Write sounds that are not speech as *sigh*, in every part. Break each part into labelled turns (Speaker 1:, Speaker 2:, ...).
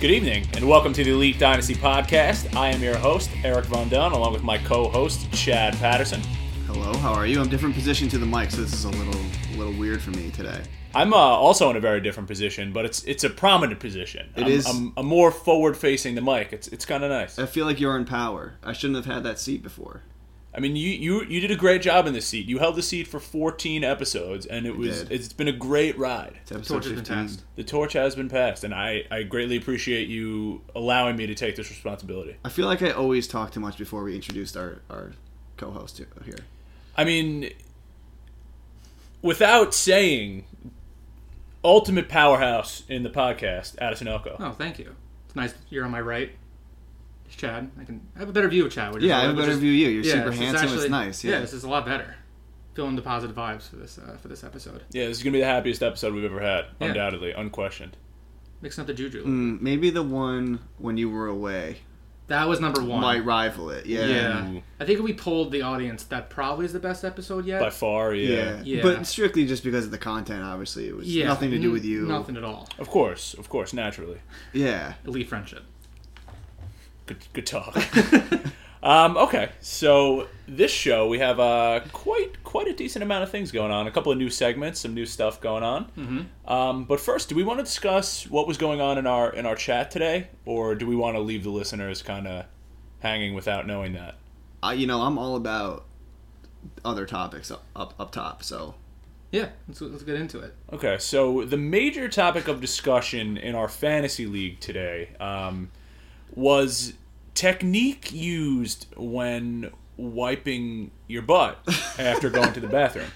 Speaker 1: Good evening, and welcome to the Elite Dynasty Podcast. I am your host, Eric Von Dunn, along with my co host, Chad Patterson.
Speaker 2: Hello, how are you? I'm different position to the mic, so this is a little little weird for me today.
Speaker 1: I'm uh, also in a very different position, but it's it's a prominent position.
Speaker 2: It
Speaker 1: I'm,
Speaker 2: is.
Speaker 1: I'm, I'm more forward facing the mic. It's it's kind of nice.
Speaker 2: I feel like you're in power. I shouldn't have had that seat before.
Speaker 1: I mean, you, you you did a great job in this seat. You held the seat for 14 episodes, and it was
Speaker 2: did.
Speaker 1: it's been a great ride.
Speaker 2: It's episode
Speaker 3: torch has been
Speaker 2: 15.
Speaker 3: passed.
Speaker 1: The torch has been passed, and I, I greatly appreciate you allowing me to take this responsibility.
Speaker 2: I feel like I always talk too much before we introduced our, our co-host here- here.
Speaker 1: I mean, without saying, ultimate powerhouse in the podcast, Addison Elko.
Speaker 3: Oh, thank you. It's nice you're on my right. It's Chad. I can I have a better view of Chad. Which
Speaker 2: Yeah, I
Speaker 3: is,
Speaker 2: have a
Speaker 3: which
Speaker 2: better
Speaker 3: is-
Speaker 2: view of you. You're
Speaker 3: yeah,
Speaker 2: super
Speaker 3: this is
Speaker 2: handsome.
Speaker 3: actually-
Speaker 2: it's nice. Yeah.
Speaker 3: this is a lot better. Feeling the positive vibes for this uh, for this episode.
Speaker 1: Yeah, this is gonna be the happiest episode we've ever had,
Speaker 3: Yeah.
Speaker 1: undoubtedly, unquestioned.
Speaker 3: Mixing up the juju.
Speaker 2: Mm, maybe the one when you were away
Speaker 3: That was number one.
Speaker 2: might rival it. Yeah.
Speaker 3: yeah,
Speaker 1: Ooh.
Speaker 3: I think if we polled the audience, that probably is the best episode yet.
Speaker 1: By far, yeah.
Speaker 2: Yeah.
Speaker 3: Yeah.
Speaker 2: But strictly just because of the content, obviously. It was
Speaker 3: yeah,
Speaker 2: nothing to do
Speaker 3: n-
Speaker 2: with you.
Speaker 3: Nothing at all.
Speaker 1: Of course, of course, naturally.
Speaker 2: Yeah.
Speaker 3: Elite friendship.
Speaker 1: Good, good talk. *laughs* um, okay, so this show we have uh, quite quite a decent amount of things going on. A couple of new segments, some new stuff going on. Mm-hmm. Um, but first, do we want to discuss what was going on in our in our chat today, or do we want to leave the listeners kind of hanging without knowing that?
Speaker 2: I, you know, I'm all about other topics up up, up top, so
Speaker 3: Yeah, let's, let's get into it.
Speaker 1: Okay, so the major topic of discussion in our fantasy league today um, was technique used when wiping your butt after going to the bathroom.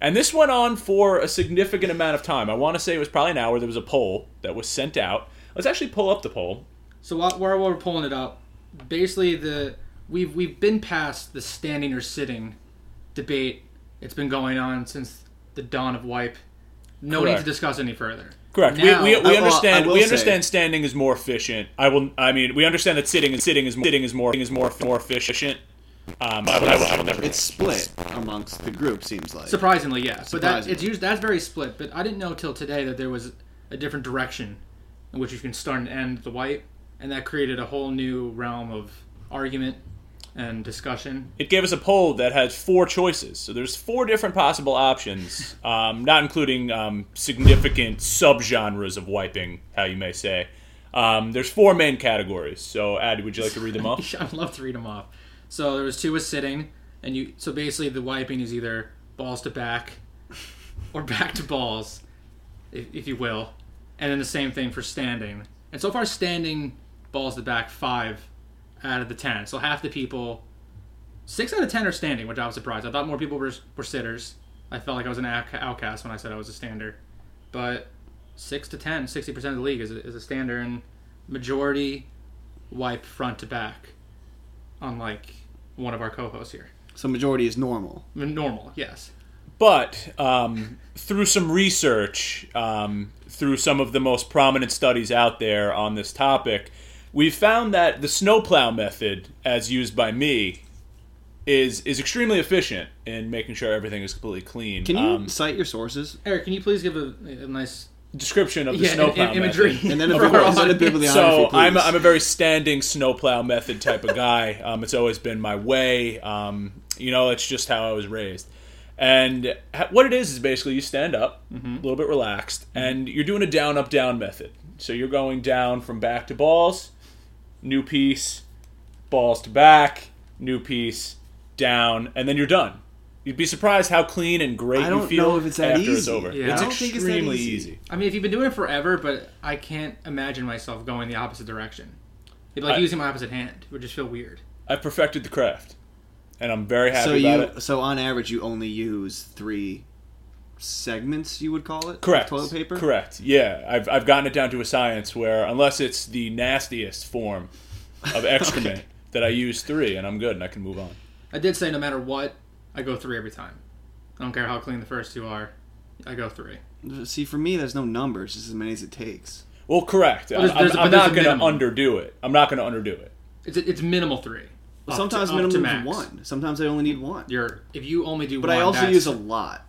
Speaker 1: And this went on for a significant amount of time. I want to say it was probably an hour. There was a poll that was sent out. Let's actually pull up the poll.
Speaker 3: So while, while we're pulling it up, basically the we've we've been past the standing or sitting debate. It's been going on since the dawn of Wipe. No need
Speaker 1: Correct.
Speaker 3: to discuss any further.
Speaker 1: Correct.
Speaker 3: Now,
Speaker 1: we we, we
Speaker 2: I- well,
Speaker 1: understand.
Speaker 2: I will
Speaker 1: we
Speaker 2: say-
Speaker 1: understand standing is more efficient. I will. I mean, we understand that sitting and sitting is sitting is more is more more efficient. Um, I will, I will, I will never.
Speaker 2: it's split amongst the group seems like.
Speaker 3: surprisingly, yeah. But that
Speaker 2: Surprisingly.
Speaker 3: it's used that's very split. But I didn't know till today that there was a different direction in which you can start and end the Wipe, and that created a whole new realm of argument and discussion.
Speaker 1: it gave us a poll that has four choices. So there's four different possible options, *laughs* um, not including um, significant subgenres of wiping, how you may say. Um, there's four main categories. So, Ad, would you like to read them off?
Speaker 3: *laughs* I'd love to read them off. So there was two was sitting, and you. So basically, the wiping is either balls to back, or back to balls, if, if you will, and then the same thing for standing. And so far, standing balls to back five out of the ten. So half the people, six out of ten are standing, which I was surprised. I thought more people were were sitters. I felt like I was an outca- outcast when I said I was a stander, but six to ten, 60 percent of the league is a, is a stander, and majority wipe front to back, unlike one of our co-hosts here.
Speaker 2: so majority is normal.
Speaker 3: I mean, Normal, yes.
Speaker 1: *laughs* But um, through some research, um, through some of the most prominent studies out there on this topic, we found that the snowplow method, as used by me, is is extremely efficient in making sure everything is completely clean.
Speaker 2: Can you
Speaker 1: Um,
Speaker 2: cite your sources?
Speaker 3: Eric, can you please give a, a nice
Speaker 1: description of the
Speaker 3: yeah,
Speaker 1: snowplow
Speaker 3: i- *laughs*
Speaker 2: *laughs*
Speaker 3: imagery?
Speaker 1: method.
Speaker 2: And then a,
Speaker 3: for
Speaker 2: bibli-
Speaker 3: our
Speaker 2: and
Speaker 1: *laughs*
Speaker 2: then a
Speaker 3: audience?
Speaker 2: bibliography,
Speaker 1: So I'm a,
Speaker 2: please.
Speaker 1: I'm a very standing snowplow method type of guy. *laughs* Um, it's always been my way. Um, you know, it's just how I was raised. And ha- what it is is basically you stand up,
Speaker 2: Mm-hmm.
Speaker 1: a little bit relaxed, and you're doing a down up down method. So you're going down from back to balls, new piece, balls to back, new piece, down, and then you're done. You'd be surprised how clean and great
Speaker 2: I don't
Speaker 1: you feel
Speaker 2: know if it's that
Speaker 1: after it's
Speaker 2: easy.
Speaker 1: over.
Speaker 3: Yeah.
Speaker 1: It's
Speaker 3: I don't
Speaker 2: think it's that
Speaker 1: extremely
Speaker 2: easy.
Speaker 1: easy.
Speaker 3: I mean, if you've been doing it forever, but I can't imagine myself going the opposite direction. It'd be like
Speaker 1: I-
Speaker 3: using my opposite hand. It would just feel weird.
Speaker 1: I've perfected the craft, and I'm very happy
Speaker 2: so
Speaker 1: about
Speaker 2: you
Speaker 1: it.
Speaker 2: so on average you only use three segments you would call it of
Speaker 1: Correct.
Speaker 2: toilet paper
Speaker 1: Correct. Yeah, I've I've gotten it down to a science where unless it's the nastiest form of excrement that I use three, and I'm good, and I can move on.
Speaker 3: I did say no matter what, I go three every time. I don't care how clean the first two are. I go three.
Speaker 2: see for me there's no numbers just as many as it takes
Speaker 1: Well, correct.
Speaker 3: there's-
Speaker 1: I'm,
Speaker 3: there's-
Speaker 1: I'm
Speaker 3: but there's
Speaker 1: not
Speaker 3: a
Speaker 1: going to
Speaker 3: minimum.
Speaker 1: underdo it. I'm not going to underdo it.
Speaker 3: It's it's minimal three. Up to-
Speaker 2: sometimes
Speaker 3: up to
Speaker 2: minimum
Speaker 3: max.
Speaker 2: is one sometimes i only need one
Speaker 3: You're if you only do
Speaker 2: but
Speaker 3: one.
Speaker 2: i also
Speaker 3: that's-
Speaker 2: use a lot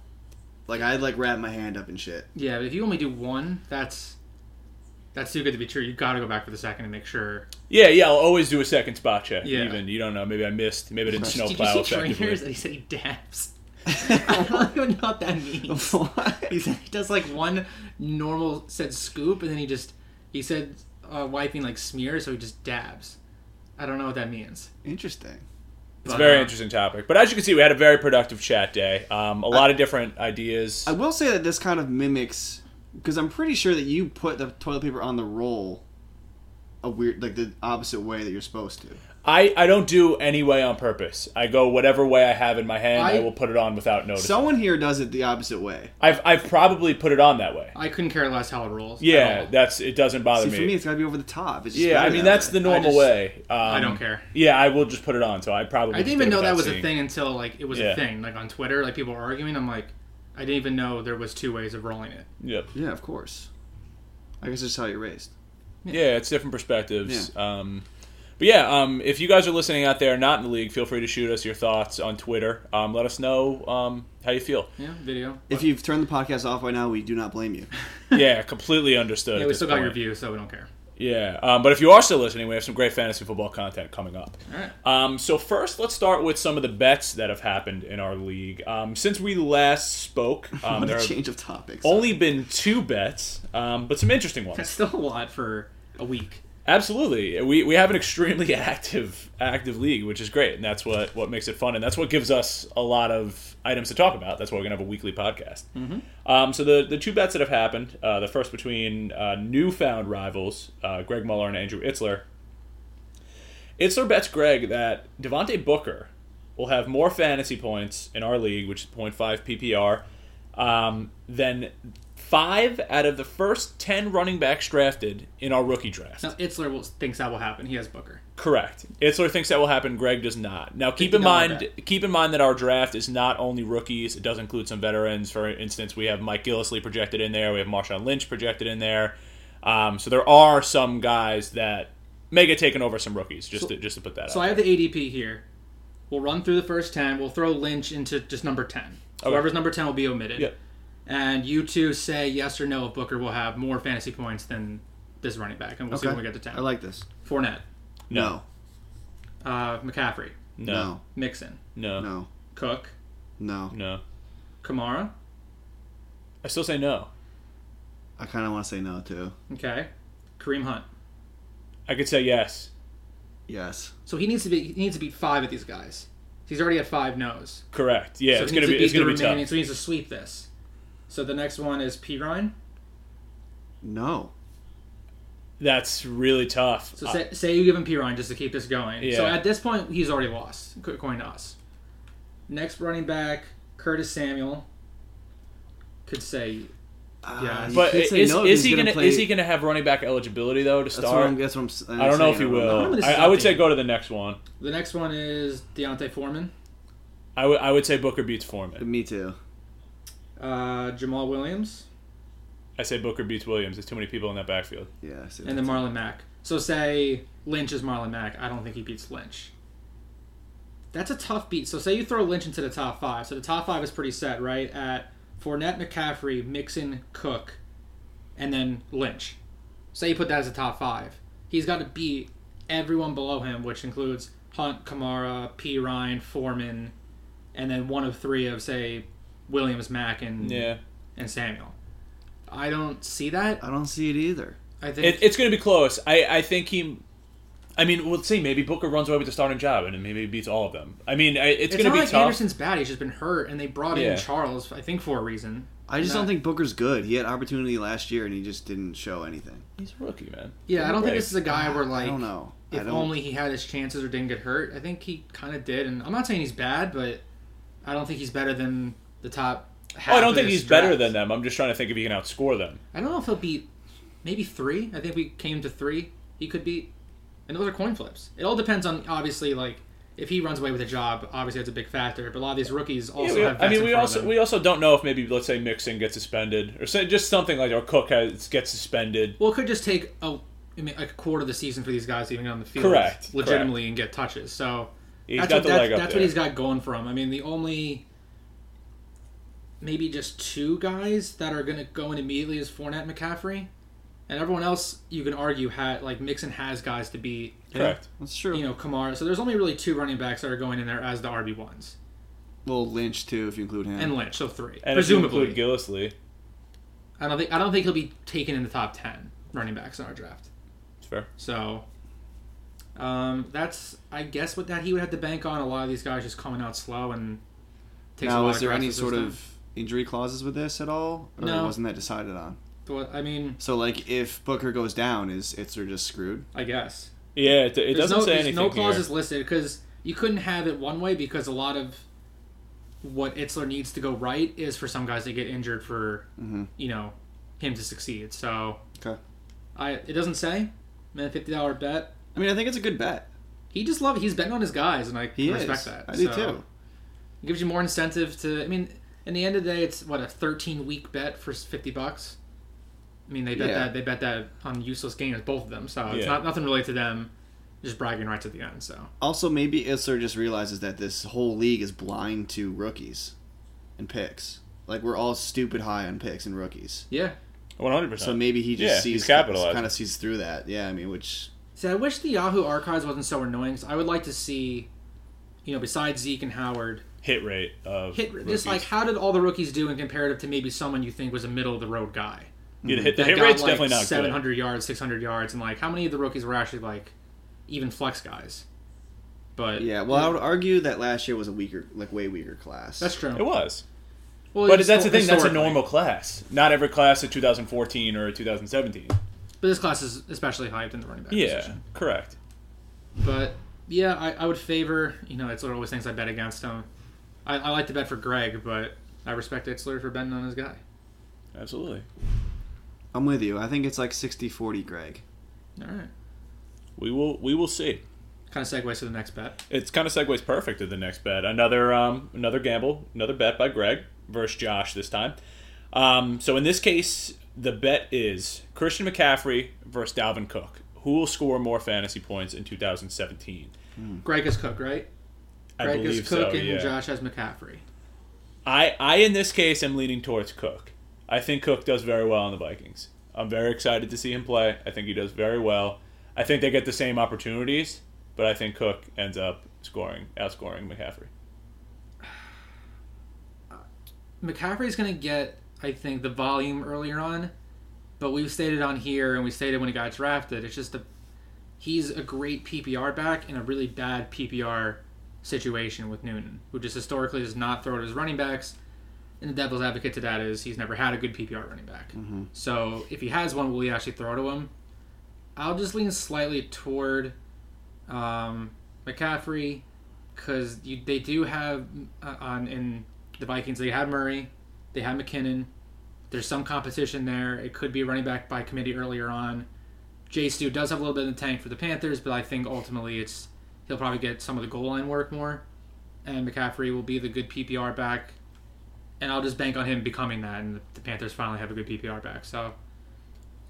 Speaker 2: like i like wrap my hand up and shit *laughs*
Speaker 3: Yeah, but if you only do one, that's that's too good to be true. You got to go back for the second and make sure.
Speaker 1: Yeah, yeah, I'll always do a second spot check.
Speaker 3: Yeah.
Speaker 1: Even you don't know. Maybe I missed. Maybe I didn't
Speaker 4: Did you
Speaker 1: snowplow
Speaker 4: see
Speaker 1: effectively.
Speaker 4: trainers? And he said he
Speaker 3: *laughs*
Speaker 4: dabs. I don't even know what that means. He said he does like one normal said scoop, and then he just he said uh, wiping like smear, so he just dabs. I don't know what that means.
Speaker 2: Interesting.
Speaker 1: It's a
Speaker 3: But,
Speaker 1: very
Speaker 3: uh,
Speaker 1: interesting topic. But as you can see, we had a very productive chat day. Um, a lot of different ideas.
Speaker 2: I will say that this kind of mimics because I'm pretty sure that you put the toilet paper on the roll a weird like the opposite way that you're supposed to.
Speaker 1: I, I don't do any way on purpose. I go whatever way I have in my hand. I,
Speaker 3: I-
Speaker 1: will put it on without notice.
Speaker 2: Someone here does it the opposite way.
Speaker 1: I've I've probably put it on that way.
Speaker 3: I couldn't care less how it rolls. at
Speaker 1: Yeah,
Speaker 3: all.
Speaker 1: that's it. Doesn't bother
Speaker 2: See, for me, it's got to be over the top. It's just
Speaker 1: yeah, I
Speaker 2: better
Speaker 1: mean
Speaker 2: that
Speaker 1: that's
Speaker 2: way.
Speaker 1: the normal
Speaker 3: just-
Speaker 1: way. Um,
Speaker 3: I don't care.
Speaker 1: Yeah, I will just put it on. So I probably
Speaker 3: I didn't even know that was a thing until like it was
Speaker 1: Yeah.
Speaker 3: a thing. Like on Twitter, like people were arguing. I'm like, I didn't even know there was two ways of rolling it.
Speaker 1: Yep.
Speaker 2: Yeah, of course. I guess that's how you're raised.
Speaker 1: Yeah, it's different perspectives. Um, but yeah, um, if you guys are listening out there, not in the league, feel free to shoot us your thoughts on Twitter. Um, let us know um, how you
Speaker 3: *laughs*
Speaker 1: feel.
Speaker 3: Yeah, video.
Speaker 2: If you've turned the podcast off by now, we do not blame you.
Speaker 1: Yeah, completely understood.
Speaker 3: Yeah,
Speaker 1: at
Speaker 3: we
Speaker 1: this
Speaker 3: still got your
Speaker 1: point.
Speaker 3: view, so we don't care.
Speaker 1: Yeah, um, but if you are still listening, we have some great fantasy football content coming up.
Speaker 3: All right.
Speaker 1: Um, so first, let's start with some of the bets that have happened in our league um, since we last spoke. Um,
Speaker 2: *laughs* what
Speaker 1: there
Speaker 2: a
Speaker 1: have
Speaker 2: change of topics.
Speaker 1: only been two bets, um, but some interesting
Speaker 3: That's
Speaker 1: ones.
Speaker 3: still a lot for a week.
Speaker 1: Absolutely, we, we have an extremely *laughs* active active league, which is great, and that's what what makes it fun, and that's what gives us a lot of items to talk about. That's why we're gonna have a weekly podcast. Um, so the the two bets that have happened, uh, the first between uh, newfound rivals, uh, Greg Muller and Andrew Itzler. Itzler bets Greg that Devontae Booker will have more fantasy points in our league, which is 0.5 PPR, um, than five out of the first 10 running backs drafted in our rookie draft.
Speaker 3: Now Itzler will, thinks that will happen. He has Booker.
Speaker 1: Correct. Itzler thinks that will happen. Greg does not. Now keep
Speaker 3: Did
Speaker 1: in
Speaker 3: not know
Speaker 1: mind, keep in mind that our draft is not only rookies. It does include some veterans. For instance, we have Mike Gillisley projected in there. We have Marshawn Lynch projected in there. Um, so there are some guys that may get taken over some rookies. Just to, just to put that
Speaker 3: So
Speaker 1: out.
Speaker 3: I have the ADP here. We'll run through the first ten. We'll throw Lynch into just number ten.
Speaker 1: Okay.
Speaker 3: Whoever's number ten will be omitted.
Speaker 1: Yep.
Speaker 3: And you two say yes or no if Booker will have more fantasy points than this running back, and we'll see when we get to ten.
Speaker 2: I like this.
Speaker 3: Fournette,
Speaker 2: No.
Speaker 3: uh, McCaffrey,
Speaker 1: no,
Speaker 2: No.
Speaker 3: Mixon,
Speaker 1: no, no,
Speaker 2: No.
Speaker 3: Cook,
Speaker 2: No.
Speaker 1: no.
Speaker 3: Kamara.
Speaker 1: I still say no.
Speaker 2: I kind of want to say no too.
Speaker 3: Okay, Kareem Hunt.
Speaker 1: I could say yes.
Speaker 2: Yes.
Speaker 3: So he needs to be he needs to beat five of these guys. He's already at five no's.
Speaker 1: Correct. Yeah,
Speaker 3: so
Speaker 1: it's
Speaker 3: he
Speaker 1: gonna
Speaker 3: needs
Speaker 1: be it's
Speaker 3: beat the
Speaker 1: gonna be
Speaker 3: remaining-
Speaker 1: tough.
Speaker 3: So he needs to sweep this. So the next one is P Ryan.
Speaker 2: No.
Speaker 1: That's really tough.
Speaker 3: So
Speaker 1: Uh,
Speaker 3: say, say you give him Piron just to keep this going. So
Speaker 1: Yeah.
Speaker 3: at this point, he's already lost, ac- according to us. Next running back, Curtis Samuel. Could say
Speaker 2: Ah, you
Speaker 1: but
Speaker 2: could
Speaker 1: is,
Speaker 2: say no if
Speaker 1: is
Speaker 2: he's
Speaker 1: he gonna,
Speaker 2: play-
Speaker 1: is he gonna have running back eligibility though to
Speaker 2: That's what
Speaker 1: start?
Speaker 2: I'm. That's what I'm. s- I'm
Speaker 1: I don't know if he
Speaker 2: saying.
Speaker 3: know.
Speaker 1: will.
Speaker 3: This
Speaker 1: I,
Speaker 3: is
Speaker 1: I would
Speaker 3: something.
Speaker 1: say go to the next one.
Speaker 3: the next one is Deontay Foreman,
Speaker 1: I would I would say Booker beats Foreman.
Speaker 2: Me too.
Speaker 3: uh, Jamal Williams,
Speaker 1: I say Booker beats Williams. There's too many people in that backfield.
Speaker 2: Yeah. I see
Speaker 3: and
Speaker 2: that.
Speaker 3: then Marlon Mack. So say Lynch is Marlon Mack. I don't think he beats Lynch. That's a tough beat. So say you throw Lynch into the top five. So the top five is pretty set, right? At Fournette, McCaffrey, Mixon, Cook, and then Lynch. Say you put that as a top five. He's got to beat everyone below him, which includes Hunt, Kamara, P. Ryan, Foreman, and then one of three of say Williams, Mack, and
Speaker 1: Yeah,
Speaker 3: and Samuel. I don't see that.
Speaker 2: I don't see it either.
Speaker 3: I think
Speaker 1: it, it's going to be close. I I think he. I mean, we'll see. Maybe Booker runs away with the starting job, and maybe he beats all of them. I mean, I, it's,
Speaker 3: It's
Speaker 1: going to
Speaker 3: not
Speaker 1: be
Speaker 3: like
Speaker 1: tough.
Speaker 3: Anderson's bad. He's just been hurt, and they brought
Speaker 1: Yeah.
Speaker 3: in Charles, I think, for a reason.
Speaker 2: I just
Speaker 3: Nah.
Speaker 2: don't think Booker's good. He had opportunity last year and he just didn't show anything.
Speaker 1: He's a rookie, man.
Speaker 3: Yeah, I don't think
Speaker 1: Right.
Speaker 3: this is a guy where like,
Speaker 2: I don't know. I
Speaker 3: if
Speaker 2: don't,
Speaker 3: only he had his chances or didn't get hurt. I think he kind of did, and I'm not saying he's bad, but I don't think he's better than the top. Half
Speaker 1: Oh, I don't
Speaker 3: of
Speaker 1: think
Speaker 3: this
Speaker 1: he's better
Speaker 3: draft.
Speaker 1: than them. I'm just trying to think if he can outscore them.
Speaker 3: I don't know if he'll beat maybe three. I think we came to three. He could beat, and those are coin flips. It all depends on obviously like if he runs away with a job. Obviously, that's a big factor. But a lot of these rookies
Speaker 1: Yeah,
Speaker 3: also
Speaker 1: we-
Speaker 3: have.
Speaker 1: I
Speaker 3: vets
Speaker 1: mean,
Speaker 3: in
Speaker 1: we
Speaker 3: front of
Speaker 1: also
Speaker 3: them.
Speaker 1: we also don't know if maybe let's say Mixon gets suspended or say, just something like or Cook has, gets suspended.
Speaker 3: Well, it could just take a, I mean, like a quarter of the season for these guys to even get on the field
Speaker 1: Correct,
Speaker 3: legitimately and get touches. So
Speaker 1: He's
Speaker 3: that's,
Speaker 1: got
Speaker 3: what,
Speaker 1: the
Speaker 3: that's,
Speaker 1: leg up
Speaker 3: that's
Speaker 1: there.
Speaker 3: what he's got going for him. I mean, the only maybe just two guys that are going to go in immediately is Fournette and McCaffrey. and everyone else you can argue had like Mixon has guys to beat.
Speaker 1: Correct.
Speaker 2: That's true.
Speaker 3: You know Kamara. So there's only really two running backs that are going in there as the RB ones,
Speaker 2: well, Lynch too, if you include him.
Speaker 3: and Lynch. So three,
Speaker 1: Mm. And
Speaker 3: presumably.
Speaker 1: if you include Gillisley,
Speaker 3: I don't think I don't think he'll be taken in the top ten running backs in our draft.
Speaker 1: it's fair.
Speaker 3: So um, that's I guess what that he would have to bank on a lot of these guys just coming out slow and takes a
Speaker 2: now,
Speaker 3: lot
Speaker 2: was
Speaker 3: of
Speaker 2: there
Speaker 3: grass
Speaker 2: any
Speaker 3: to
Speaker 2: sort
Speaker 3: sustain.
Speaker 2: of injury clauses with this at all, or
Speaker 3: No.
Speaker 2: wasn't that decided on?
Speaker 3: But, I mean,
Speaker 2: So, like, if Booker goes down, is Itzer just screwed?
Speaker 3: I guess
Speaker 1: Yeah, it, it
Speaker 3: there's
Speaker 1: doesn't
Speaker 3: no
Speaker 1: say
Speaker 3: there's
Speaker 1: anything
Speaker 3: no
Speaker 1: here.
Speaker 3: clauses listed because you couldn't have it one way because a lot of what Itzler needs to go right is for some guys to get injured for
Speaker 2: Mhm.
Speaker 3: you know him to succeed. So
Speaker 2: Okay.
Speaker 3: I it doesn't say. Man, fifty dollar bet.
Speaker 2: I mean, I think it's a good bet.
Speaker 3: He just love he's betting on his guys, and I
Speaker 2: He
Speaker 3: respect
Speaker 2: is.
Speaker 3: that.
Speaker 2: I do
Speaker 3: So,
Speaker 2: too.
Speaker 3: It gives you more incentive to. I mean, in the end of the day, it's what a 13 week bet for 50 bucks. I mean, they bet
Speaker 2: Yeah.
Speaker 3: that they bet that on useless games, both of them. So it's
Speaker 1: Yeah.
Speaker 3: not nothing related to them, just bragging rights at the end. So
Speaker 2: Also, maybe Isler just realizes that this whole league is blind to rookies and picks. Like we're all stupid high on picks and rookies.
Speaker 3: yeah.
Speaker 1: One hundred percent.
Speaker 2: So maybe he
Speaker 1: Uh,
Speaker 2: just
Speaker 1: Yeah, he's
Speaker 2: sees
Speaker 1: capitalizing.
Speaker 2: kind of sees through that. Yeah, I mean, which
Speaker 3: See, I wish the Yahoo archives wasn't so annoying. 'cause I would like to see, you know, besides Zeke and Howard,
Speaker 1: hit rate of
Speaker 3: hit
Speaker 1: rookies.
Speaker 3: just like how did all the rookies do in comparative to maybe someone you think was a middle of the road guy
Speaker 1: Yeah, the hit, the
Speaker 3: that
Speaker 1: hit
Speaker 3: got
Speaker 1: rate's
Speaker 3: like
Speaker 1: definitely not good.
Speaker 3: 700 yards, 600 yards, and like how many of the rookies were actually like even flex guys? But
Speaker 2: yeah. Well, I would argue that last year was a weaker, like way weaker class.
Speaker 3: that's true.
Speaker 1: It was,
Speaker 3: Well,
Speaker 1: but
Speaker 3: it's
Speaker 1: that's the
Speaker 3: histor-
Speaker 1: thing. That's a
Speaker 3: historically.
Speaker 1: normal class. Not every class of 2014 or 2017.
Speaker 3: But this class is especially hyped in the running back
Speaker 1: Yeah,
Speaker 3: position.
Speaker 1: correct.
Speaker 3: But yeah, I, I would favor. You know, Itzler always thinks I bet against him. I, I like to bet for Greg, but I respect Itzler for betting on his guy.
Speaker 1: Absolutely.
Speaker 2: I'm with you. I think it's like 60-40, Greg.
Speaker 3: All right,
Speaker 1: We will. We will see.
Speaker 3: kind of segues to the next bet.
Speaker 1: It's kind of segues perfect to the next bet. Another um, another gamble, another bet by Greg versus Josh this time. Um, so in this case, the bet is Christian McCaffrey versus Dalvin Cook. Who will score more fantasy points in 2017?
Speaker 3: Greg is Cook, right?
Speaker 1: Hmm. I
Speaker 3: Greg
Speaker 1: believe
Speaker 3: is Cook
Speaker 1: so.
Speaker 3: and
Speaker 1: yeah.
Speaker 3: Josh has McCaffrey.
Speaker 1: I, I in this case am leaning towards Cook. I think Cook does very well on the Vikings. I'm very excited to see him play. I think he does very well. I think they get the same opportunities, but I think Cook ends up scoring outscoring McCaffrey.
Speaker 3: McCaffrey's going to get, I think, the volume earlier on, but we've stated on here and we stated when he got drafted. It's just a he's a great PPR back in a really bad PPR situation with Noonan, who just historically does not throw to his running backs. And the devil's advocate to that is he's never had a good PPR running back. So if he has one, will he actually throw to him? I'll just lean slightly toward um, McCaffrey because they do have uh, on in the Vikings they have Murray, they have McKinnon. There's some competition there. It could be running back by committee earlier on. Jay Stu does have a little bit in the tank for the Panthers, but I think ultimately it's he'll probably get some of the goal line work more, and McCaffrey will be the good PPR back, and I'll just bank on him becoming that, and the Panthers finally have a good PPR back. So,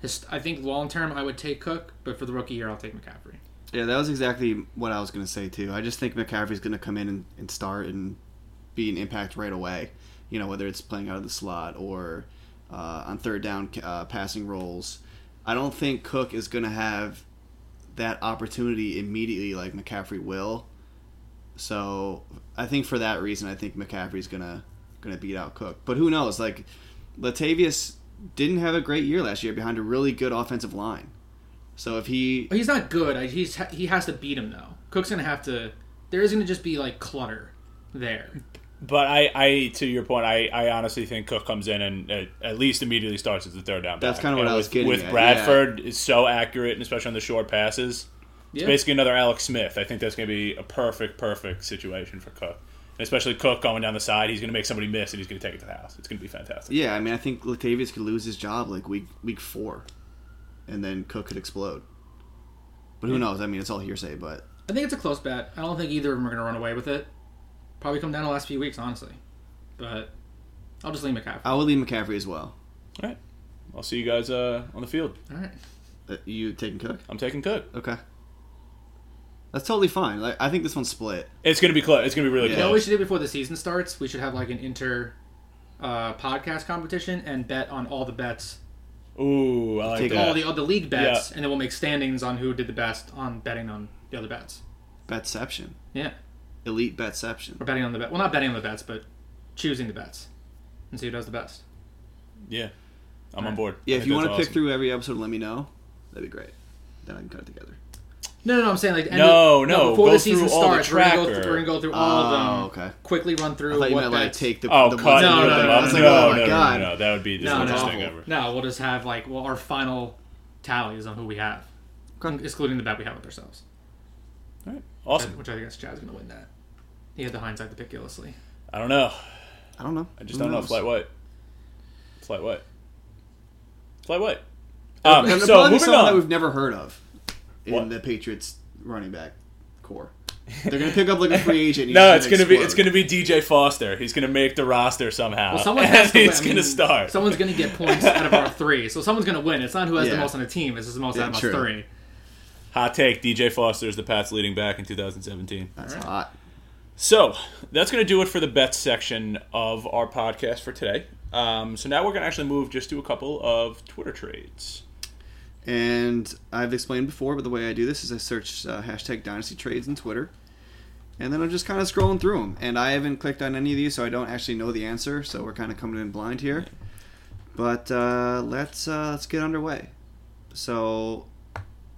Speaker 3: his, I think long term I would take Cook, but for the rookie year I'll take McCaffrey.
Speaker 2: Yeah, that was exactly what I was going to say too. I just think McCaffrey's going to come in and, and start and be an impact right away. You know, whether it's playing out of the slot or uh, on third down uh, passing roles. I don't think Cook is going to have that opportunity immediately like McCaffrey will. So I think for that reason, I think McCaffrey's gonna gonna beat out Cook. But who knows? Like Latavius didn't have a great year last year behind a really good offensive line. So if he
Speaker 3: He's not good. I, he's he has to beat him though. Cook's gonna have to. There is gonna just be like clutter there.
Speaker 1: But I, I to your point, I, I honestly think Cook comes in and uh, at least immediately starts as the third down.
Speaker 2: That's
Speaker 1: back.
Speaker 2: kinda what
Speaker 1: And
Speaker 2: I was
Speaker 1: with,
Speaker 2: getting
Speaker 1: With
Speaker 2: at,
Speaker 1: Bradford is so accurate, and especially on the short passes, it's
Speaker 3: Yeah.
Speaker 1: basically another Alex Smith. I think that's going to be a perfect, perfect situation for Cook, and especially Cook going down the side. He's going to make somebody miss, and he's going to take it to the house. It's going to be fantastic.
Speaker 2: Yeah, I mean, I think Latavius could lose his job like week week four, and then Cook could explode. But who knows? I mean, it's all hearsay. But
Speaker 3: I think it's a close bet. I don't think either of them are gonna run away with it. Probably come down the last few weeks, honestly. But I'll just lean McCaffrey.
Speaker 2: I would leave McCaffrey as well.
Speaker 1: All right, I'll see you guys uh, on the field.
Speaker 3: All right.
Speaker 2: Uh, you taking Cook?
Speaker 1: I'm taking Cook.
Speaker 2: Okay, that's totally fine. Like, I think this one's split.
Speaker 1: It's going to be close. It's going to be really
Speaker 2: Yeah.
Speaker 3: You know what we
Speaker 1: close.
Speaker 3: should do before the season starts? We should have like an inter uh, podcast competition and bet on all the bets
Speaker 1: Ooh, I like
Speaker 2: Take
Speaker 1: that.
Speaker 3: all the all the league bets,
Speaker 1: Yeah.
Speaker 3: and then we'll make standings on who did the best on betting on the other bets.
Speaker 2: Betception.
Speaker 3: Yeah,
Speaker 2: Elite Betception.
Speaker 3: or betting on the bet. Well, not betting on the bets, but choosing the bets, and see who does the best.
Speaker 1: yeah, I'm on board.
Speaker 2: Yeah,
Speaker 1: I
Speaker 2: if
Speaker 1: think
Speaker 2: you
Speaker 1: that's
Speaker 2: want to pick
Speaker 1: awesome.
Speaker 2: through every episode, let me know. That'd be great. Then I can cut it together.
Speaker 3: No, no, no I'm saying like end
Speaker 1: No,
Speaker 3: of-
Speaker 1: no,
Speaker 3: Before
Speaker 1: go
Speaker 3: the season
Speaker 1: through all the
Speaker 3: starts, we're gonna, go through,
Speaker 1: tracker.
Speaker 3: we're gonna go through all
Speaker 2: Oh,
Speaker 3: of them.
Speaker 2: okay.
Speaker 3: Quickly run through.
Speaker 2: I thought you
Speaker 3: what
Speaker 2: meant like
Speaker 3: bets.
Speaker 2: take the
Speaker 1: Oh,
Speaker 2: the
Speaker 1: cut!
Speaker 2: ones-
Speaker 3: No,
Speaker 1: and
Speaker 3: no,
Speaker 1: rip
Speaker 3: no,
Speaker 1: them
Speaker 3: no,
Speaker 1: up.
Speaker 2: I was
Speaker 1: no,
Speaker 2: like,
Speaker 1: no,
Speaker 2: oh my
Speaker 1: no,
Speaker 2: god.
Speaker 1: no, That would be the
Speaker 3: No,
Speaker 1: worst
Speaker 3: no,
Speaker 1: thing ever.
Speaker 3: no. We'll just have like well, our final tallies on who we have,
Speaker 2: Okay.
Speaker 3: excluding the bet we have with ourselves.
Speaker 1: Awesome. Uh,
Speaker 3: Which I guess Chad's gonna win that. He had the hindsight to pick Gillisley.
Speaker 1: I don't know.
Speaker 2: I don't know.
Speaker 1: I just don't know. Flight what? Flight what? Flight what?
Speaker 2: Um,
Speaker 1: Um,
Speaker 2: so
Speaker 1: so
Speaker 2: probably
Speaker 1: moving
Speaker 2: someone that
Speaker 1: on.
Speaker 2: we've never heard of in
Speaker 1: What?
Speaker 2: the Patriots running back
Speaker 1: *laughs*
Speaker 2: core. They're gonna pick up like a free agent. and
Speaker 1: No,
Speaker 2: he's
Speaker 1: it's gonna be it's
Speaker 2: explode.
Speaker 1: gonna be DJ Foster. He's gonna make the roster somehow. *laughs*
Speaker 3: Well, someone
Speaker 1: and
Speaker 3: has to win.
Speaker 1: he's
Speaker 3: I
Speaker 1: gonna
Speaker 3: mean,
Speaker 1: start.
Speaker 3: Someone's going to get points out
Speaker 1: *laughs*
Speaker 3: of our three. So someone's going to win. It's not who has
Speaker 2: Yeah.
Speaker 3: the most on a team. It's just the most
Speaker 2: Yeah,
Speaker 3: out of us
Speaker 2: true.
Speaker 3: three.
Speaker 1: Hot take: DJ Foster is the Pats' leading back in 2017.
Speaker 2: That's hot.
Speaker 1: So that's going to do it for the bets section of our podcast for today. Um, so now we're going to actually move just to a couple of Twitter trades.
Speaker 2: And I've explained before, but the way I do this is I search uh, hashtag Dynasty Trades on Twitter, and then I'm just kind of scrolling through them. And I haven't clicked on any of these, so I don't actually know the answer. So we're kind of coming in blind here. But uh, let's uh, let's get underway. So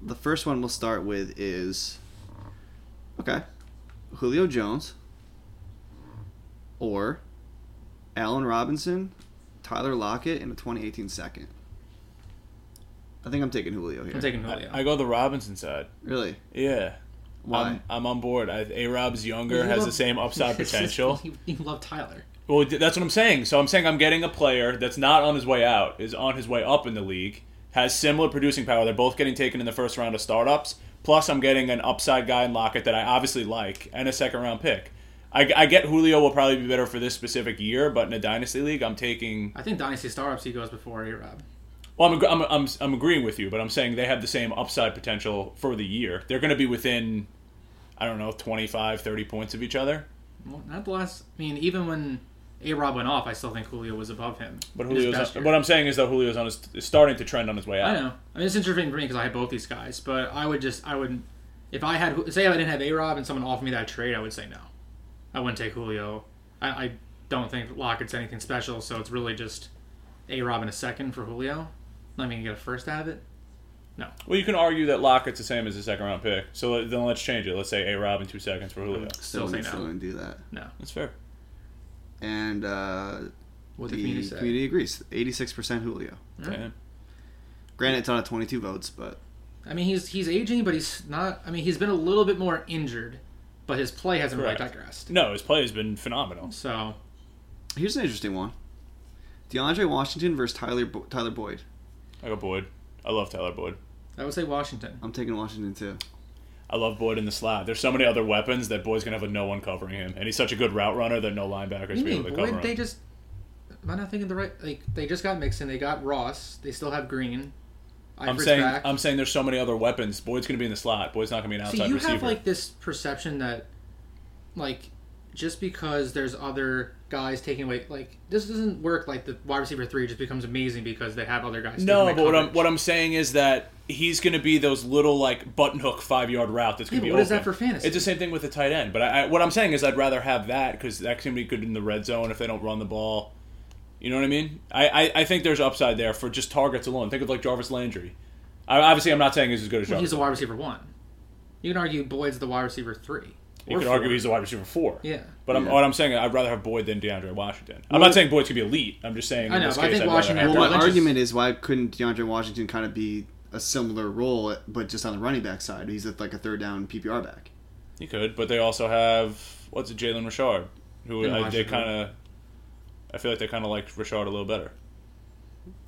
Speaker 2: the first one we'll start with is okay, Julio Jones or Allen Robinson, Tyler Lockett, and a 2018 second. I think I'm taking Julio here.
Speaker 3: I'm taking
Speaker 1: I,
Speaker 3: Julio.
Speaker 1: I go the Robinson side.
Speaker 2: Really?
Speaker 1: Yeah.
Speaker 2: Why?
Speaker 1: I'm, I'm on board. A Rob's younger,
Speaker 3: You
Speaker 1: has
Speaker 3: love-
Speaker 1: the same
Speaker 2: *laughs*
Speaker 1: upside
Speaker 3: It's just- *laughs*
Speaker 1: potential.
Speaker 3: You, you love Tyler.
Speaker 1: Well, d- that's what I'm saying. So I'm saying I'm getting a player that's not on his way out, is on his way up in the league, has similar producing power. They're both getting taken in the first round of startups. Plus, I'm getting an upside guy in Lockett that I obviously like and a second round pick. I, I get Julio will probably be better for this specific year, but in a dynasty league, I'm taking.
Speaker 3: I think Dynasty Startups, he goes before A Rob.
Speaker 1: Well, I'm, ag- I'm, I'm, I'm agreeing with you, but I'm saying they have the same upside potential for the year. They're going to be within, I don't know, 25, 30 points of each other.
Speaker 3: Well, not the last. I mean, even when A Rob went off, I still think Julio was above him.
Speaker 1: But
Speaker 3: in his
Speaker 1: Julio's
Speaker 3: best
Speaker 1: on,
Speaker 3: year.
Speaker 1: what I'm saying is that Julio's on his, is starting to trend on his way out.
Speaker 3: I know. I mean, it's interesting for me because I had both these guys, but I would just, I wouldn't. If I had, say, I didn't have A Rob and someone offered me that trade, I would say no. I wouldn't take Julio. I, I don't think Lockett's anything special, so it's really just A Rob and a second for Julio. Not even gonna get a first out of it.
Speaker 1: Well, you can argue that Lockett's the same as a second round pick. So let- then let's change it. Let's say A Rob in two seconds for Julio.
Speaker 2: Still,
Speaker 3: Still say
Speaker 2: wouldn't- still
Speaker 3: no.
Speaker 2: wouldn't do that.
Speaker 1: That's fair.
Speaker 2: And uh,
Speaker 3: What
Speaker 2: the
Speaker 3: the community say?
Speaker 2: community agrees. 86% Julio.
Speaker 1: Damn.
Speaker 2: Granted, it's on a 22 votes, but
Speaker 3: I mean, he's he's aging, but he's not. I mean, he's been a little bit more injured, but his play hasn't really
Speaker 1: Correct.
Speaker 3: digressed.
Speaker 1: No, his play has been phenomenal.
Speaker 3: So
Speaker 2: here's an interesting one: DeAndre Washington versus Tyler Bo- Tyler Boyd.
Speaker 1: I go Boyd. I love Tyler Boyd.
Speaker 3: I would say Washington.
Speaker 2: I'm taking Washington too.
Speaker 1: I love Boyd in the slot. There's so many other weapons that Boyd's gonna have a no one covering him, and he's such a good route runner that no linebackers will
Speaker 3: You
Speaker 1: be
Speaker 3: mean
Speaker 1: able to cover
Speaker 3: Boyd? They
Speaker 1: him.
Speaker 3: just. Am I not thinking the right? Like they just got Mixon. They got Ross. They still have Green.
Speaker 1: I'm
Speaker 3: Eifert's
Speaker 1: saying
Speaker 3: back.
Speaker 1: I'm saying there's so many other weapons. Boyd's gonna be in the slot. Boyd's not gonna be an outside
Speaker 3: See, you
Speaker 1: receiver.
Speaker 3: have like this perception that, like, just because there's other guys taking away, like, this doesn't work. Like the wide receiver three just becomes amazing because they have other guys.
Speaker 1: no,
Speaker 3: taking away
Speaker 1: but what I'm
Speaker 3: coverage.
Speaker 1: what I'm saying is that he's gonna be those little like button hook five yard route that's gonna be.
Speaker 3: Yeah, but what is
Speaker 1: open.
Speaker 3: that for fantasy?
Speaker 1: It's the same thing with the tight end. But I, I, what I'm saying is I'd rather have that because that can be good in the red zone if they don't run the ball. You know what I mean? I, I, I think there's upside there for just targets alone. Think of like Jarvis Landry. I, obviously, I'm not saying he's as good as
Speaker 3: he's
Speaker 1: Jarvis.
Speaker 3: a wide receiver one. You can argue Boyd's the wide receiver three.
Speaker 1: you
Speaker 3: Or
Speaker 1: could
Speaker 3: four.
Speaker 1: argue he's a wide receiver four.
Speaker 3: Yeah.
Speaker 1: But I'm,
Speaker 2: Yeah.
Speaker 1: what I'm saying, I'd rather have Boyd than DeAndre Washington. I'm not saying Boyd could be elite. I'm just saying.
Speaker 3: I
Speaker 1: in
Speaker 3: know,
Speaker 1: this
Speaker 3: but I
Speaker 1: case,
Speaker 3: think
Speaker 1: I'd rather
Speaker 3: Washington-
Speaker 1: have-
Speaker 2: Well,
Speaker 3: After
Speaker 2: my
Speaker 3: Lynch's-
Speaker 2: argument is why couldn't DeAndre Washington kind of be a similar role, but just on the running back side? He's at like a third down PPR back.
Speaker 1: He could, but they also have what's it, Jalen Richard, who
Speaker 3: In
Speaker 1: I, they
Speaker 3: Washington.
Speaker 1: kind of. I feel like they kind of like Richard a little better.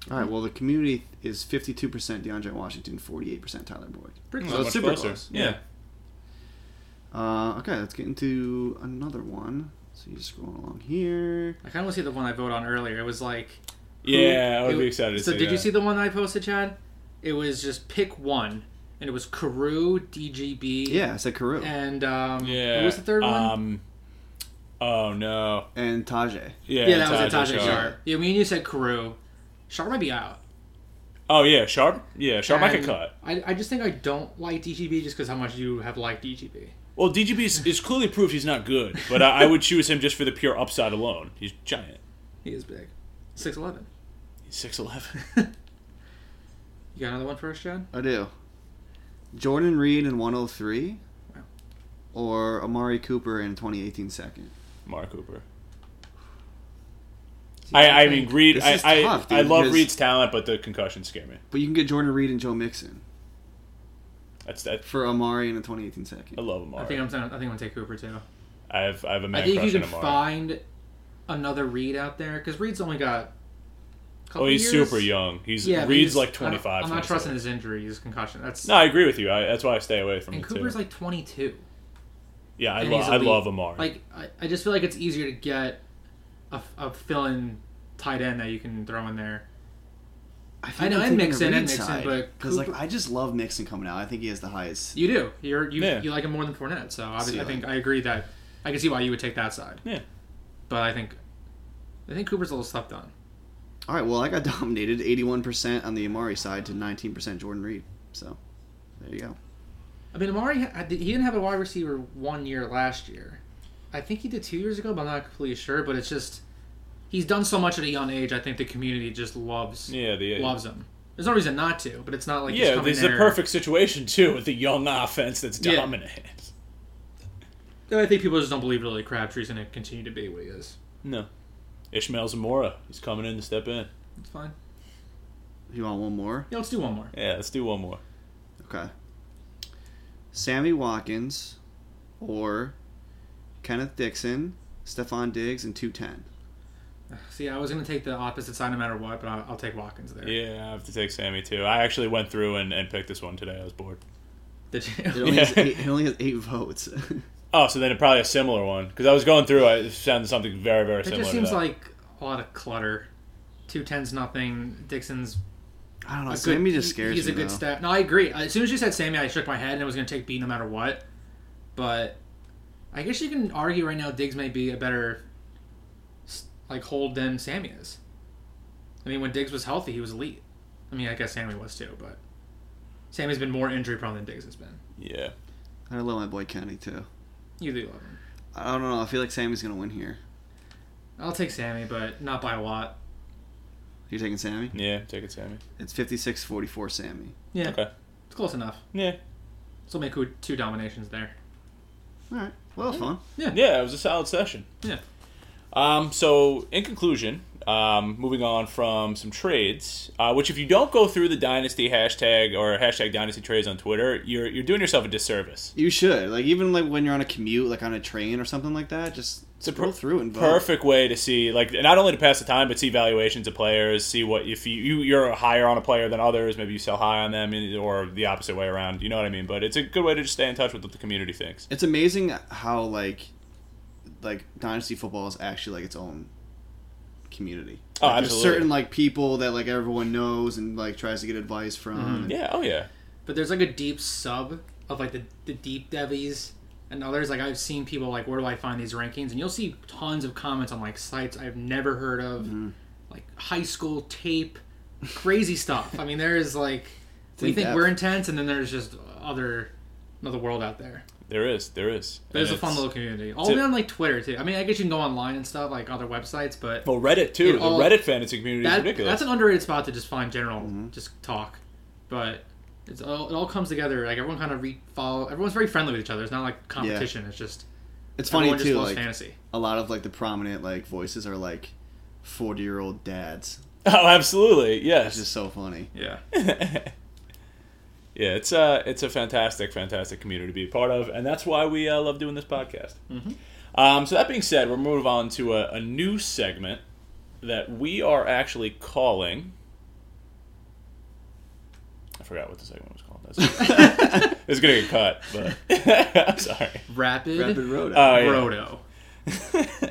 Speaker 2: All right. Well, the community is 52% DeAndre Washington, 48% Tyler Boyd.
Speaker 3: Pretty
Speaker 1: Not
Speaker 2: So it's
Speaker 3: close.
Speaker 1: much
Speaker 2: super
Speaker 1: closer.
Speaker 2: close.
Speaker 1: Yeah.
Speaker 2: Uh, okay, let's get into another one. So you're scrolling along here.
Speaker 3: I kind of want to see the one I voted on earlier. It was like who-
Speaker 1: Yeah, I would
Speaker 3: it-
Speaker 1: be excited to
Speaker 3: So
Speaker 1: see
Speaker 3: did you
Speaker 1: that.
Speaker 3: see the one I posted, Chad? It was just pick one, and it was Carew, DGB,
Speaker 2: Yeah, I said Carew
Speaker 3: and um,
Speaker 1: Yeah.
Speaker 3: Who was the third one?
Speaker 1: Um, oh no.
Speaker 2: and Tajay.
Speaker 1: Yeah,
Speaker 3: Yeah, that was it, Tajay
Speaker 1: Sharp.
Speaker 3: Sharp. Yeah, me and you said Carew. Sharp might be out.
Speaker 1: Oh yeah, sharp. Yeah, sharp. I could
Speaker 3: And
Speaker 1: cut.
Speaker 3: I, I just think I don't like DGB just because how much you have liked DGB.
Speaker 1: Well, DGB is, is clearly proved he's not good, but I, I would choose him just for the pure upside alone. He's giant.
Speaker 3: He is big. 6'11.
Speaker 1: He's six eleven.
Speaker 3: *laughs* You got another one for us, John?
Speaker 2: I do. Jordan Reed in 103
Speaker 3: Wow.
Speaker 2: or Amari Cooper in 2018 second?
Speaker 1: Mark Cooper. I, I mean, Reed.
Speaker 2: This
Speaker 1: I
Speaker 2: is
Speaker 1: I,
Speaker 2: tough, dude,
Speaker 1: I love
Speaker 2: because-
Speaker 1: Reed's talent, but the concussions scare me.
Speaker 2: But you can get Jordan Reed and Joe Mixon
Speaker 1: That's that.
Speaker 2: for Amari in a 2018
Speaker 1: I
Speaker 2: second.
Speaker 1: love
Speaker 3: I
Speaker 1: Amari.
Speaker 3: think I'm. I think I'm gonna take Cooper too.
Speaker 1: I have I have a
Speaker 3: I
Speaker 1: man
Speaker 3: think you
Speaker 1: crush
Speaker 3: can
Speaker 1: on Amari.
Speaker 3: find another Reed out there because Reed's only got. a couple
Speaker 1: oh, he's
Speaker 3: years.
Speaker 1: super young. He's
Speaker 3: Yeah, but
Speaker 1: Reed's
Speaker 3: he's-
Speaker 1: like
Speaker 3: I don't-
Speaker 1: 25.
Speaker 3: I'm not
Speaker 1: 26.
Speaker 3: trusting his injury, his concussion. That's
Speaker 1: No, I agree with you. I, that's why I stay away from
Speaker 3: and
Speaker 1: it too.
Speaker 3: Cooper's like 22.
Speaker 1: yeah, I,
Speaker 3: and
Speaker 1: lo-
Speaker 3: he's
Speaker 1: I
Speaker 3: elite.
Speaker 1: love Amari.
Speaker 3: Like I, I just feel like it's easier to get a, a fill-in tight end that you can throw in there.
Speaker 2: think
Speaker 3: I know,
Speaker 2: I'm
Speaker 3: and
Speaker 2: taking
Speaker 3: Mixon,
Speaker 2: the
Speaker 3: and
Speaker 2: Reed
Speaker 3: Mixon,
Speaker 2: side,
Speaker 3: but
Speaker 2: like
Speaker 3: Cooper-
Speaker 2: I just love Mixon coming out. I think he has the highest.
Speaker 3: You do. You're you,
Speaker 1: Yeah.
Speaker 3: you like him more than Fournette, so obviously I
Speaker 2: Ceiling.
Speaker 3: think I agree that I can see why you would take that side.
Speaker 1: Yeah.
Speaker 3: But I think I think Cooper's a little slept on.
Speaker 2: All right, well I got *laughs* dominated 81% on the Amari side to 19% Jordan Reed. So there you go.
Speaker 3: I mean, Amari ha- he didn't have a wide receiver one year last year. I think he did two years ago, but I'm not completely sure. But it's just he's done so much at a young age. I think the community just loves
Speaker 1: yeah, the
Speaker 3: loves him. There's no reason not to, but it's not like he's
Speaker 1: yeah,
Speaker 3: coming
Speaker 1: this is
Speaker 3: there.
Speaker 1: a perfect situation too with the young offense that's
Speaker 3: Yeah.
Speaker 1: dominant.
Speaker 3: I think people just don't believe really Crabtree's going to continue to be what he is.
Speaker 1: No, Ishmael Zamora, he's coming in to step in.
Speaker 3: It's fine.
Speaker 2: You want one more?
Speaker 3: Yeah, let's do one more.
Speaker 1: Yeah, let's do one more.
Speaker 2: Okay. Sammy Watkins or Kenneth Dixon, Stephon Diggs, and 210.
Speaker 3: See, I was going to take the opposite side no matter what, but I'll, I'll take Watkins there.
Speaker 1: Yeah, I have to take Sammy too. I actually went through and, and picked this one today. I was bored.
Speaker 3: Did
Speaker 2: It
Speaker 3: *laughs* you?
Speaker 2: only, has
Speaker 1: *laughs* Yeah.
Speaker 2: eight, it only has eight votes. *laughs*
Speaker 1: Oh, so then it probably a similar one because I was going through. I it found something very very
Speaker 3: It
Speaker 1: similar.
Speaker 3: just
Speaker 1: to
Speaker 3: seems
Speaker 1: that.
Speaker 3: like a lot of clutter. Two tens, nothing. Dixon's
Speaker 2: I don't know.
Speaker 3: a
Speaker 2: Sammy
Speaker 3: good-
Speaker 2: just scares
Speaker 3: He's
Speaker 2: me.
Speaker 3: a good
Speaker 2: though.
Speaker 3: step. No, I agree. As soon as you said Sammy, I shook my head and it was going to take B no matter what. But I guess you can argue right now Diggs may be a better s- like hold than Sammy is. I mean, when Diggs was healthy, he was elite. I mean, I guess Sammy was too, but Sammy's been more injury prone than Diggs has been.
Speaker 1: yeah.
Speaker 2: I love my boy Kenny, too.
Speaker 3: You do love him.
Speaker 2: I don't know. I feel like Sammy's going to win here.
Speaker 3: I'll take Sammy, but not by a lot.
Speaker 2: You're taking Sammy?
Speaker 1: Yeah, take it, Sammy.
Speaker 2: It's 56 44 Sammy.
Speaker 3: Yeah,
Speaker 1: Okay.
Speaker 3: it's close enough.
Speaker 1: Yeah,
Speaker 3: So make two dominations there.
Speaker 2: All right. Well, fun.
Speaker 1: yeah, it was a solid session.
Speaker 3: Yeah.
Speaker 1: Um, so, in conclusion, um, moving on from some trades, uh, which if you don't go through the dynasty hashtag or hashtag dynasty trades on Twitter, you're you're doing yourself a disservice.
Speaker 2: You should. Like, even like when you're on a commute, like on a train or something like that, just scroll
Speaker 1: per-
Speaker 2: through and vote.
Speaker 1: Perfect way to see like not only to pass the time, but see valuations of players, see what if you, you you're higher on a player than others, maybe you sell high on them, or the opposite way around. You know what I mean? But it's a good way to just stay in touch with what the community thinks.
Speaker 2: It's amazing how like like dynasty football is actually like its own community.
Speaker 1: Oh,
Speaker 2: Like,
Speaker 1: absolutely.
Speaker 2: There's certain like people that like everyone knows and like tries to get advice from. and-
Speaker 1: Yeah. Oh yeah.
Speaker 3: But there's like a deep sub of like the, the deep devies and others. Like I've seen people like, where do I find these rankings? And you'll see tons of comments on like sites I've never heard of, like high school tape, crazy stuff. I mean, there is like we
Speaker 2: Deep
Speaker 3: think
Speaker 2: depth.
Speaker 3: we're intense, and then there's just other another world out there.
Speaker 1: There is. There is.
Speaker 3: But it's a
Speaker 1: And
Speaker 3: fun
Speaker 1: it's-
Speaker 3: little community. All the way
Speaker 1: a-
Speaker 3: on like Twitter too. I mean, I guess you can go online and stuff like other websites, but
Speaker 1: Well, Reddit too.
Speaker 3: It
Speaker 1: the
Speaker 3: all-
Speaker 1: Reddit fantasy community is
Speaker 3: that,
Speaker 1: ridiculous.
Speaker 3: that's an underrated spot to just find general
Speaker 2: Mm-hmm.
Speaker 3: just talk but it's all, it all comes together like everyone kind of re- follow everyone's very friendly with each other it's not like competition it's just
Speaker 2: It's funny
Speaker 3: everyone just
Speaker 2: too.
Speaker 3: loves
Speaker 2: Like
Speaker 3: fantasy
Speaker 2: a lot of like the prominent like voices are like forty year old dads.
Speaker 1: *laughs* oh, absolutely. Yes.
Speaker 2: It's just so funny.
Speaker 3: yeah
Speaker 1: Yeah, it's a it's a fantastic, fantastic community to be a part of, and that's why we uh, love doing this podcast. Um, so that being said, we'll move on to a, a new segment that we are actually calling. I forgot what the segment was called. That's *laughs* it's gonna get cut, but *laughs* I'm sorry.
Speaker 3: rapid,
Speaker 2: Rapid road.
Speaker 1: Oh yeah.
Speaker 3: roto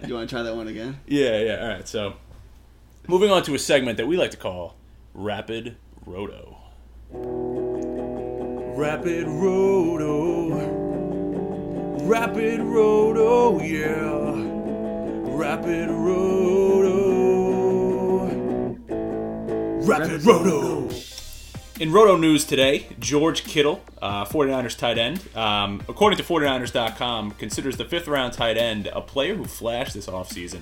Speaker 1: *laughs*
Speaker 2: You want to try that one again?
Speaker 1: yeah, yeah. All right, so moving on to a segment that we like to call Rapid Roto. Rapid Roto. Rapid Roto, yeah. Rapid Roto. Rapid Roto. in Roto news today, George Kittle, uh, 49ers tight end, um, according to 49ers.com, considers the fifth round tight end a player who flashed this offseason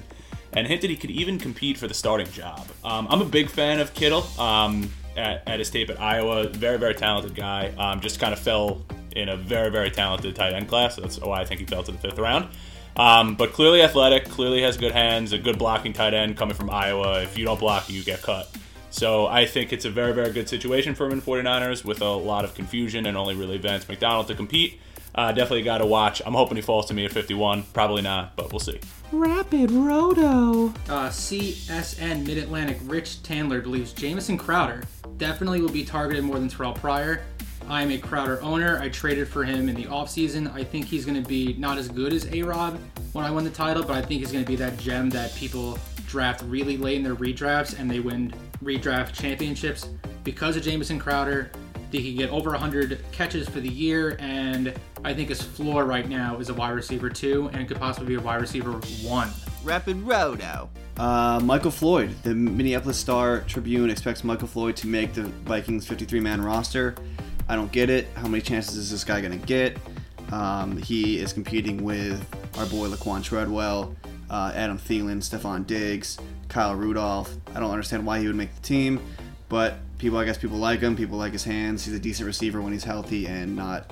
Speaker 1: and hinted he could even compete for the starting job. Um, I'm a big fan of Kittle um, at, at his tape at Iowa. Very, very talented guy. Um, just kind of fell in a very, very talented tight end class. That's why I think he fell to the fifth round. Um, but clearly athletic, clearly has good hands, a good blocking tight end coming from Iowa. If you don't block, you get cut. So I think it's a very, very good situation for him in 49ers with a lot of confusion and only really Vance McDonald to compete. Uh, definitely got to watch. I'm hoping he falls to me at 51. Probably not, but we'll see.
Speaker 4: Rapid Roto.
Speaker 3: Uh, CSN Mid Atlantic Rich Tandler believes Jamison Crowder definitely will be targeted more than Terrell Pryor. I'm a Crowder owner. I traded for him in the offseason. I think he's going to be not as good as A Rob when I won the title, but I think he's going to be that gem that people draft really late in their redrafts and they win redraft championships because of Jamison Crowder. They can get over 100 catches for the year, and I think his floor right now is a wide receiver two and could possibly be a wide receiver one.
Speaker 2: Rapid Roto. Uh, Michael Floyd. The Minneapolis Star Tribune expects Michael Floyd to make the Vikings 53 man roster. I don't get it. How many chances is this guy going to get? Um, he is competing with our boy Laquan Treadwell, uh, Adam Thielen, Stephon Diggs, Kyle Rudolph. I don't understand why he would make the team, but people, I guess, people like him. People like his hands. He's a decent receiver when he's healthy and not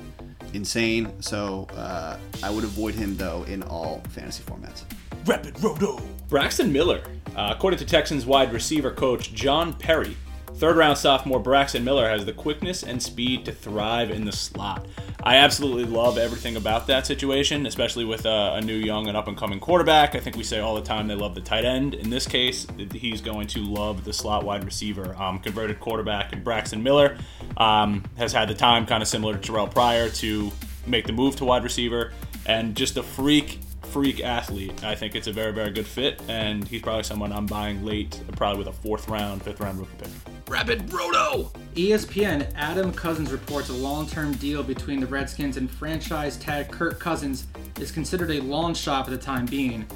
Speaker 2: insane. So uh, I would avoid him though in all fantasy formats.
Speaker 1: Rapid Roto. Braxton Miller. Uh, according to Texans wide receiver coach John Perry, third round sophomore Braxton Miller has the quickness and speed to thrive in the slot. I absolutely love everything about that situation, especially with uh, a new young and up and coming quarterback. I think we say all the time they love the tight end. In this case, he's going to love the slot wide receiver, um, converted quarterback, and Braxton Miller um, has had the time, kind of similar to Terrell Pryor, to make the move to wide receiver, and just a freak freak athlete. I think it's a very, very good fit, and he's probably someone I'm buying late, probably with a fourth round, fifth round rookie pick.
Speaker 3: Rapid Roto! ESPN Adam Cousins reports a long term deal between the Redskins and franchise tag Kirk Cousins is considered a long shot for the time being.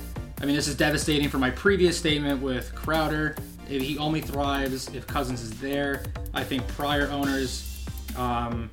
Speaker 3: I mean, this is devastating for my previous statement with Crowder. If he only thrives if Cousins is there. I think prior owners, um,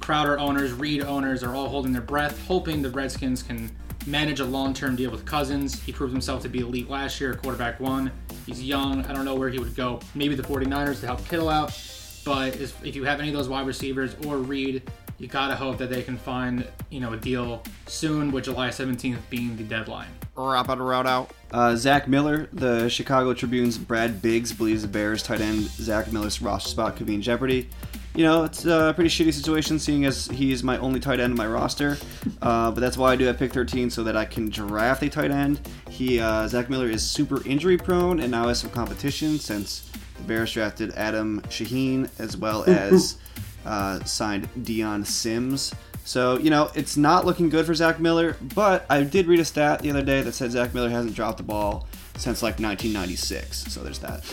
Speaker 3: Crowder owners, Reed owners are all holding their breath, hoping the Redskins can manage a long-term deal with Cousins. He proved himself to be elite last year, quarterback one. He's young. I don't know where he would go. Maybe the 49ers to help Kittle out. But if if you have any of those wide receivers or Reed, you gotta hope that they can find you know a deal soon, with July 17th being the deadline.
Speaker 2: Rapid Roto. Uh, Zach Miller, the Chicago Tribune's Brad Biggs believes the Bears tight end Zach Miller's roster spot could be in jeopardy you know, it's a pretty shitty situation seeing as he's my only tight end in my roster. Uh, but that's why I do have pick 13 so that I can draft a tight end. He uh, Zach Miller is super injury prone and now has some competition since the Bears drafted Adam Shaheen as well as uh, signed Dion Sims. So you know it's not looking good for Zach Miller. But I did read a stat the other day that said Zach Miller hasn't dropped the ball since like 1996. So there's that.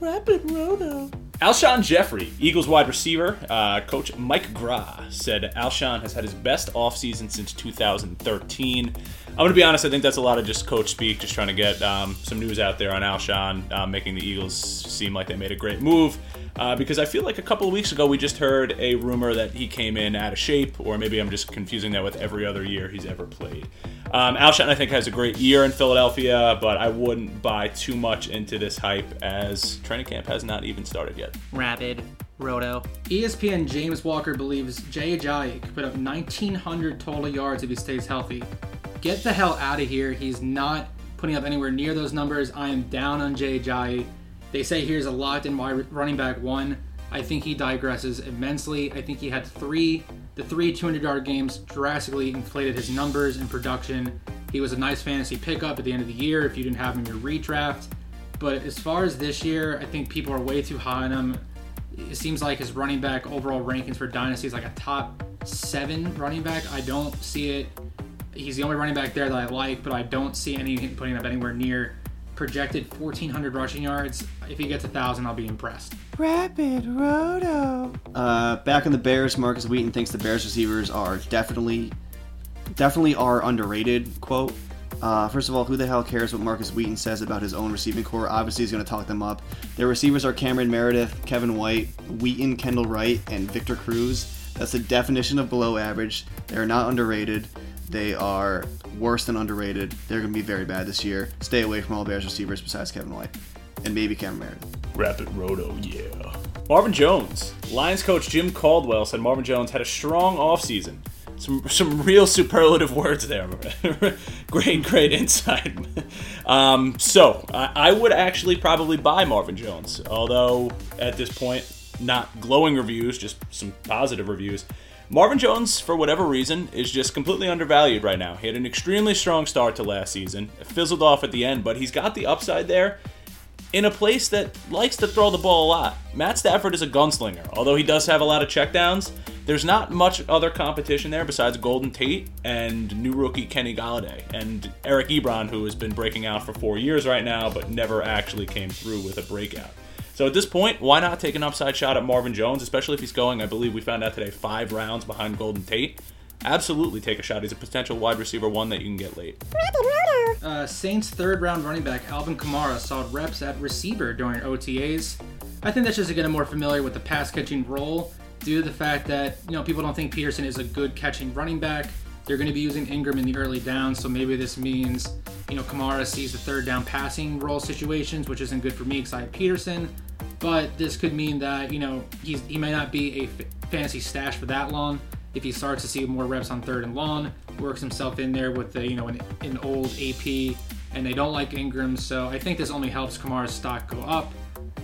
Speaker 1: Rapid Roto. Alshon Jeffrey, Eagles wide receiver, uh, coach Mike Gra said Alshon has had his best offseason since 2013. I'm going to be honest, I think that's a lot of just coach speak, just trying to get um, some news out there on Alshon, uh, making the Eagles seem like they made a great move. Uh, because I feel like a couple of weeks ago we just heard a rumor that he came in out of shape, or maybe I'm just confusing that with every other year he's ever played. Um, Alshon, I think, has a great year in Philadelphia, but I wouldn't buy too much into this hype as training camp has not even started yet.
Speaker 4: Rapid Roto.
Speaker 3: ESPN James Walker believes Jay Ajayi could put up 1,900 total yards if he stays healthy. Get the hell out of here. He's not putting up anywhere near those numbers. I am down on Jay Ajayi. They say here's a locked in wide running back one. I think he digresses immensely. I think he had three, the three 200 yard games drastically inflated his numbers and production. He was a nice fantasy pickup at the end of the year if you didn't have him in your redraft. But as far as this year, I think people are way too high on him. It seems like his running back overall rankings for Dynasty is like a top seven running back. I don't see it. He's the only running back there that I like, but I don't see any putting up anywhere near projected 1,400 rushing yards. If he gets a 1,000, I'll be impressed.
Speaker 4: Rapid Roto.
Speaker 2: Uh, back on the Bears, Marcus Wheaton thinks the Bears receivers are definitely, definitely are underrated. Quote. Uh, first of all, who the hell cares what Marcus Wheaton says about his own receiving core? Obviously, he's going to talk them up. Their receivers are Cameron Meredith, Kevin White, Wheaton, Kendall Wright, and Victor Cruz. That's the definition of below average. They are not underrated. They are worse than underrated. They're going to be very bad this year. Stay away from all Bears receivers besides Kevin White and maybe Cameron Meredith.
Speaker 1: Rapid Roto, yeah. Marvin Jones. Lions coach Jim Caldwell said Marvin Jones had a strong offseason. Some, some real superlative words there. *laughs* great, great insight. *laughs* um, so, I, I would actually probably buy Marvin Jones, although at this point, not glowing reviews, just some positive reviews. Marvin Jones, for whatever reason, is just completely undervalued right now. He had an extremely strong start to last season, It fizzled off at the end, but he's got the upside there in a place that likes to throw the ball a lot. Matt Stafford is a gunslinger, although he does have a lot of checkdowns. There's not much other competition there besides Golden Tate and new rookie Kenny Galladay and Eric Ebron, who has been breaking out for four years right now, but never actually came through with a breakout. So at this point, why not take an upside shot at Marvin Jones, especially if he's going, I believe we found out today, five rounds behind Golden Tate? Absolutely take a shot. He's a potential wide receiver one that you can get late.
Speaker 3: Uh, Saints third round running back Alvin Kamara saw reps at receiver during OTAs. I think that's just to get him more familiar with the pass catching role due to the fact that you know people don't think Peterson is a good catching running back. They're going to be using Ingram in the early downs, so maybe this means you know Kamara sees the third down passing role situations, which isn't good for me because I have Peterson. But this could mean that you know he's, he may not be a f- fantasy stash for that long if he starts to see more reps on third and long, works himself in there with the, you know an, an old AP, and they don't like Ingram. So I think this only helps Kamara's stock go up,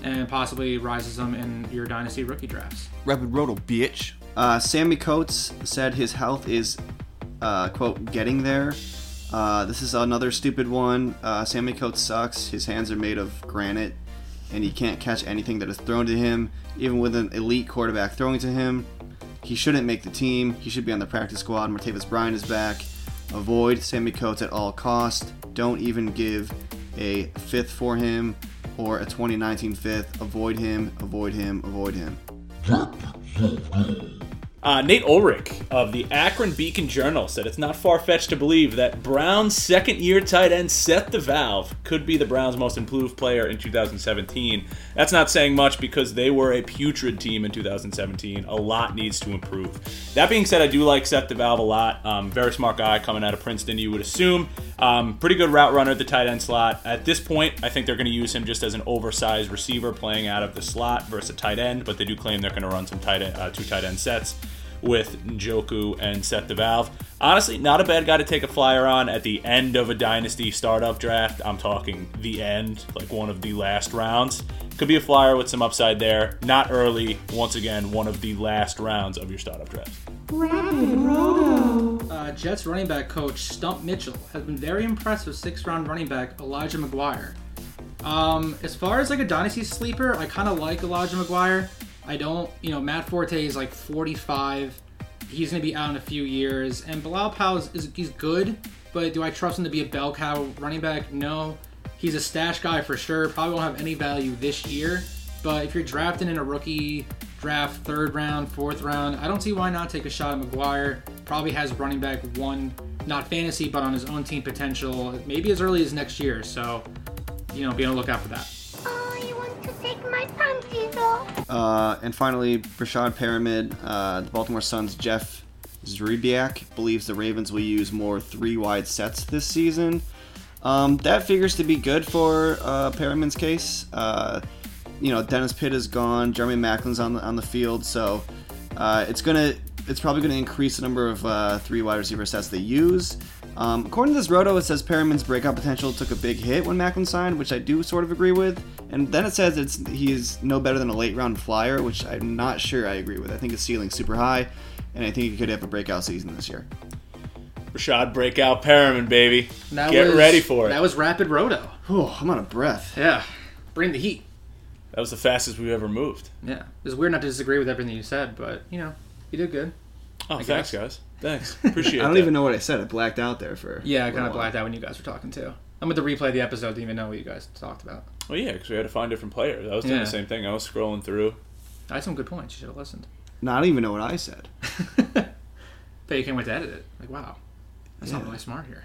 Speaker 3: and possibly rises him in your dynasty rookie drafts.
Speaker 2: Rapid Roto, bitch. Uh, Sammy Coates said his health is, uh, quote, getting there. Uh, this is another stupid one. Uh, Sammy Coates sucks. His hands are made of granite, and he can't catch anything that is thrown to him, even with an elite quarterback throwing to him. He shouldn't make the team. He should be on the practice squad. Martavis Bryant is back. Avoid Sammy Coates at all cost. Don't even give a fifth for him or a 2019 fifth. Avoid him. Avoid him. Avoid him.
Speaker 1: Uh, Nate Ulrich of the Akron Beacon Journal said it's not far fetched to believe that Brown's second year tight end Seth DeValve could be the Browns' most improved player in 2017. That's not saying much because they were a putrid team in 2017. A lot needs to improve. That being said, I do like Seth DeValve a lot. Um, very smart guy coming out of Princeton, you would assume. Um, pretty good route runner at the tight end slot. At this point, I think they're going to use him just as an oversized receiver playing out of the slot versus a tight end, but they do claim they're going to run some tight end, uh, two tight end sets with Njoku and Seth DeValve. Honestly, not a bad guy to take a flyer on at the end of a dynasty startup draft. I'm talking the end, like one of the last rounds. Could be a flyer with some upside there. Not early. Once again, one of the last rounds of your startup draft.
Speaker 3: Uh, Jets running back coach Stump Mitchell has been very impressed with sixth round running back Elijah McGuire. Um, as far as like a dynasty sleeper, I kind of like Elijah McGuire. I don't, you know, Matt Forte is like 45. He's going to be out in a few years. And Bilal Powell is, is he's good, but do I trust him to be a bell cow running back? No. He's a stash guy for sure. Probably won't have any value this year. But if you're drafting in a rookie draft, third round, fourth round, I don't see why not take a shot at McGuire. Probably has running back one, not fantasy, but on his own team potential, maybe as early as next year. So, you know, be on the lookout for that.
Speaker 5: Oh, you want to take my panties off?
Speaker 2: Uh, and finally, Brashad Pyramid, uh, the Baltimore Suns' Jeff Zrebiak believes the Ravens will use more three wide sets this season. Um, that figures to be good for uh, Perriman's case. Uh, you know, Dennis Pitt is gone, Jeremy Macklin's on the on the field, so uh, it's gonna it's probably gonna increase the number of uh, three wide receiver sets they use. Um, according to this roto, it says Perriman's breakout potential took a big hit when Macklin signed, which I do sort of agree with. And then it says it's he is no better than a late round flyer, which I'm not sure I agree with. I think his ceiling's super high, and I think he could have a breakout season this year.
Speaker 1: Rashad breakout Perriman, baby.
Speaker 3: That
Speaker 1: Get
Speaker 3: was-
Speaker 1: ready for it.
Speaker 3: That was rapid roto.
Speaker 2: Whew, I'm out of breath.
Speaker 3: Yeah. Bring the heat.
Speaker 1: that was the fastest we've ever moved.
Speaker 3: Yeah. It was weird not to disagree with everything you said, but, you know, you did good.
Speaker 1: Oh,
Speaker 3: guess.
Speaker 1: thanks, guys.
Speaker 3: *laughs*
Speaker 1: Thanks. Appreciate it.
Speaker 2: I don't even know what I said. I blacked out there for.
Speaker 3: Yeah, I kind
Speaker 2: kinda
Speaker 3: of blacked out when you guys were talking too. I'm going to replay the episode. Didn't even know what you guys talked about.
Speaker 1: Well, yeah, because we had to find different players. I was doing
Speaker 3: Yeah.
Speaker 1: the same thing. I was scrolling through.
Speaker 3: I had some good points. You should have *laughs* listened.
Speaker 2: No, I don't even know what I said.
Speaker 3: But you can't wait to edit it. Like, wow, that's not
Speaker 2: Yeah.
Speaker 3: really smart here.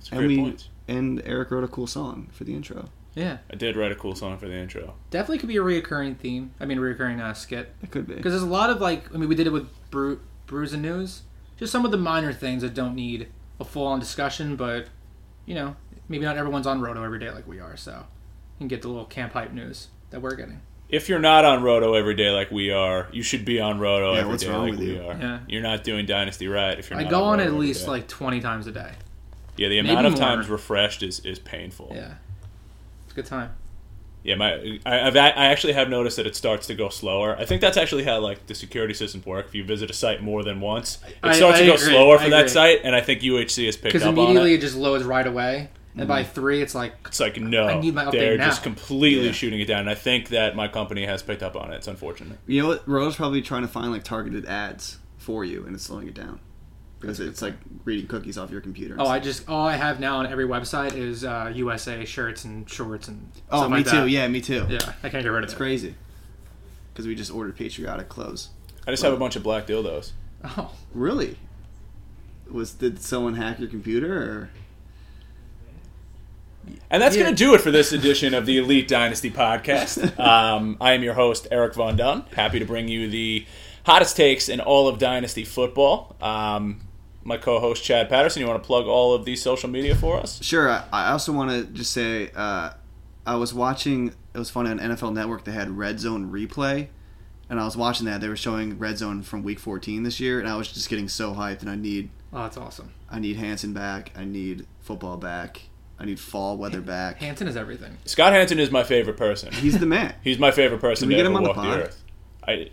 Speaker 1: It's
Speaker 2: and
Speaker 1: great
Speaker 2: we
Speaker 1: points.
Speaker 2: and Eric wrote a cool song for the intro.
Speaker 3: Yeah,
Speaker 1: I did write a cool song for the intro.
Speaker 3: definitely could be a reoccurring theme. I mean, a reoccurring uh, skit.
Speaker 2: It could be.
Speaker 3: Because there's a lot of like, I mean, we did it with Bru- Brews and News. Just some of the minor things that don't need a full-on discussion, but you know, maybe not everyone's on Roto every day like we are, so you can get the little camp hype news that we're getting.
Speaker 1: If you're not on Roto every day like we are, you should be on Roto
Speaker 2: Yeah,
Speaker 1: every day
Speaker 2: what's wrong
Speaker 1: like
Speaker 2: with
Speaker 1: we
Speaker 2: you?
Speaker 1: are.
Speaker 3: Yeah.
Speaker 1: You're not doing Dynasty right if you're
Speaker 3: I
Speaker 1: not
Speaker 3: go on
Speaker 1: Roto
Speaker 3: at
Speaker 1: every
Speaker 3: least
Speaker 1: day.
Speaker 3: like 20 times a day.
Speaker 1: Yeah, the
Speaker 3: maybe
Speaker 1: amount of
Speaker 3: more.
Speaker 1: times refreshed is, is painful.
Speaker 3: Yeah, it's a good time.
Speaker 1: Yeah, my I, I've, I actually have noticed that it starts to go slower. I think that's actually how like the security systems work. If you visit a site more than once, it
Speaker 3: I-
Speaker 1: starts to
Speaker 3: I
Speaker 1: go
Speaker 3: agree.
Speaker 1: slower
Speaker 3: I
Speaker 1: for that
Speaker 3: agree.
Speaker 1: site, and I think UHC has picked
Speaker 3: Because
Speaker 1: up
Speaker 3: immediately
Speaker 1: on
Speaker 3: it
Speaker 1: it.
Speaker 3: just loads right away, and
Speaker 2: Mm-hmm.
Speaker 3: by three it's like
Speaker 1: It's like no,
Speaker 3: I need my update
Speaker 1: they're
Speaker 3: now.
Speaker 1: just completely
Speaker 2: Yeah.
Speaker 1: shooting it down. And I think that my company has picked up on it. It's unfortunate.
Speaker 2: You know what? Roto's probably trying to find like targeted ads for you, and it's slowing it down because it's like reading cookies off your computer. and
Speaker 3: oh,
Speaker 2: stuff.
Speaker 3: I just all I have now on every website is uh, USA shirts and shorts and
Speaker 2: Oh,
Speaker 3: stuff
Speaker 2: me
Speaker 3: like
Speaker 2: too.
Speaker 3: that.
Speaker 2: Yeah, me too.
Speaker 3: yeah, I can't get rid of
Speaker 2: It's
Speaker 3: it.
Speaker 2: crazy because we just ordered patriotic clothes.
Speaker 1: I just have a bunch of black dildos.
Speaker 3: *laughs* Oh,
Speaker 2: Really? Was did someone hack your computer or?
Speaker 1: And that's
Speaker 3: Yeah.
Speaker 1: going to do it for this edition of
Speaker 2: *laughs*
Speaker 1: the Elite Dynasty podcast. Um, I am your host, Eric Von Dunn. Happy to bring you the hottest takes in all of Dynasty football. Um, my co host, Chad Patterson, you want to plug all of the social media for us?
Speaker 2: Sure. I, I also want to just say uh, I was watching. It was funny on NFL Network. They had Red Zone replay, and I was watching that. They were showing Red Zone from Week 14 this year, and I was just getting so hyped. And I need,
Speaker 3: oh, that's awesome.
Speaker 2: I need Hanson back. I need football back. I need fall weather back.
Speaker 3: Hanson is everything.
Speaker 1: Scott Hansen is my favorite person.
Speaker 2: He's the
Speaker 3: *laughs*
Speaker 2: man.
Speaker 1: He's my favorite person
Speaker 2: Can we
Speaker 1: to
Speaker 2: get
Speaker 1: ever
Speaker 2: him on the
Speaker 1: walk the,
Speaker 2: pod?
Speaker 1: earth. I,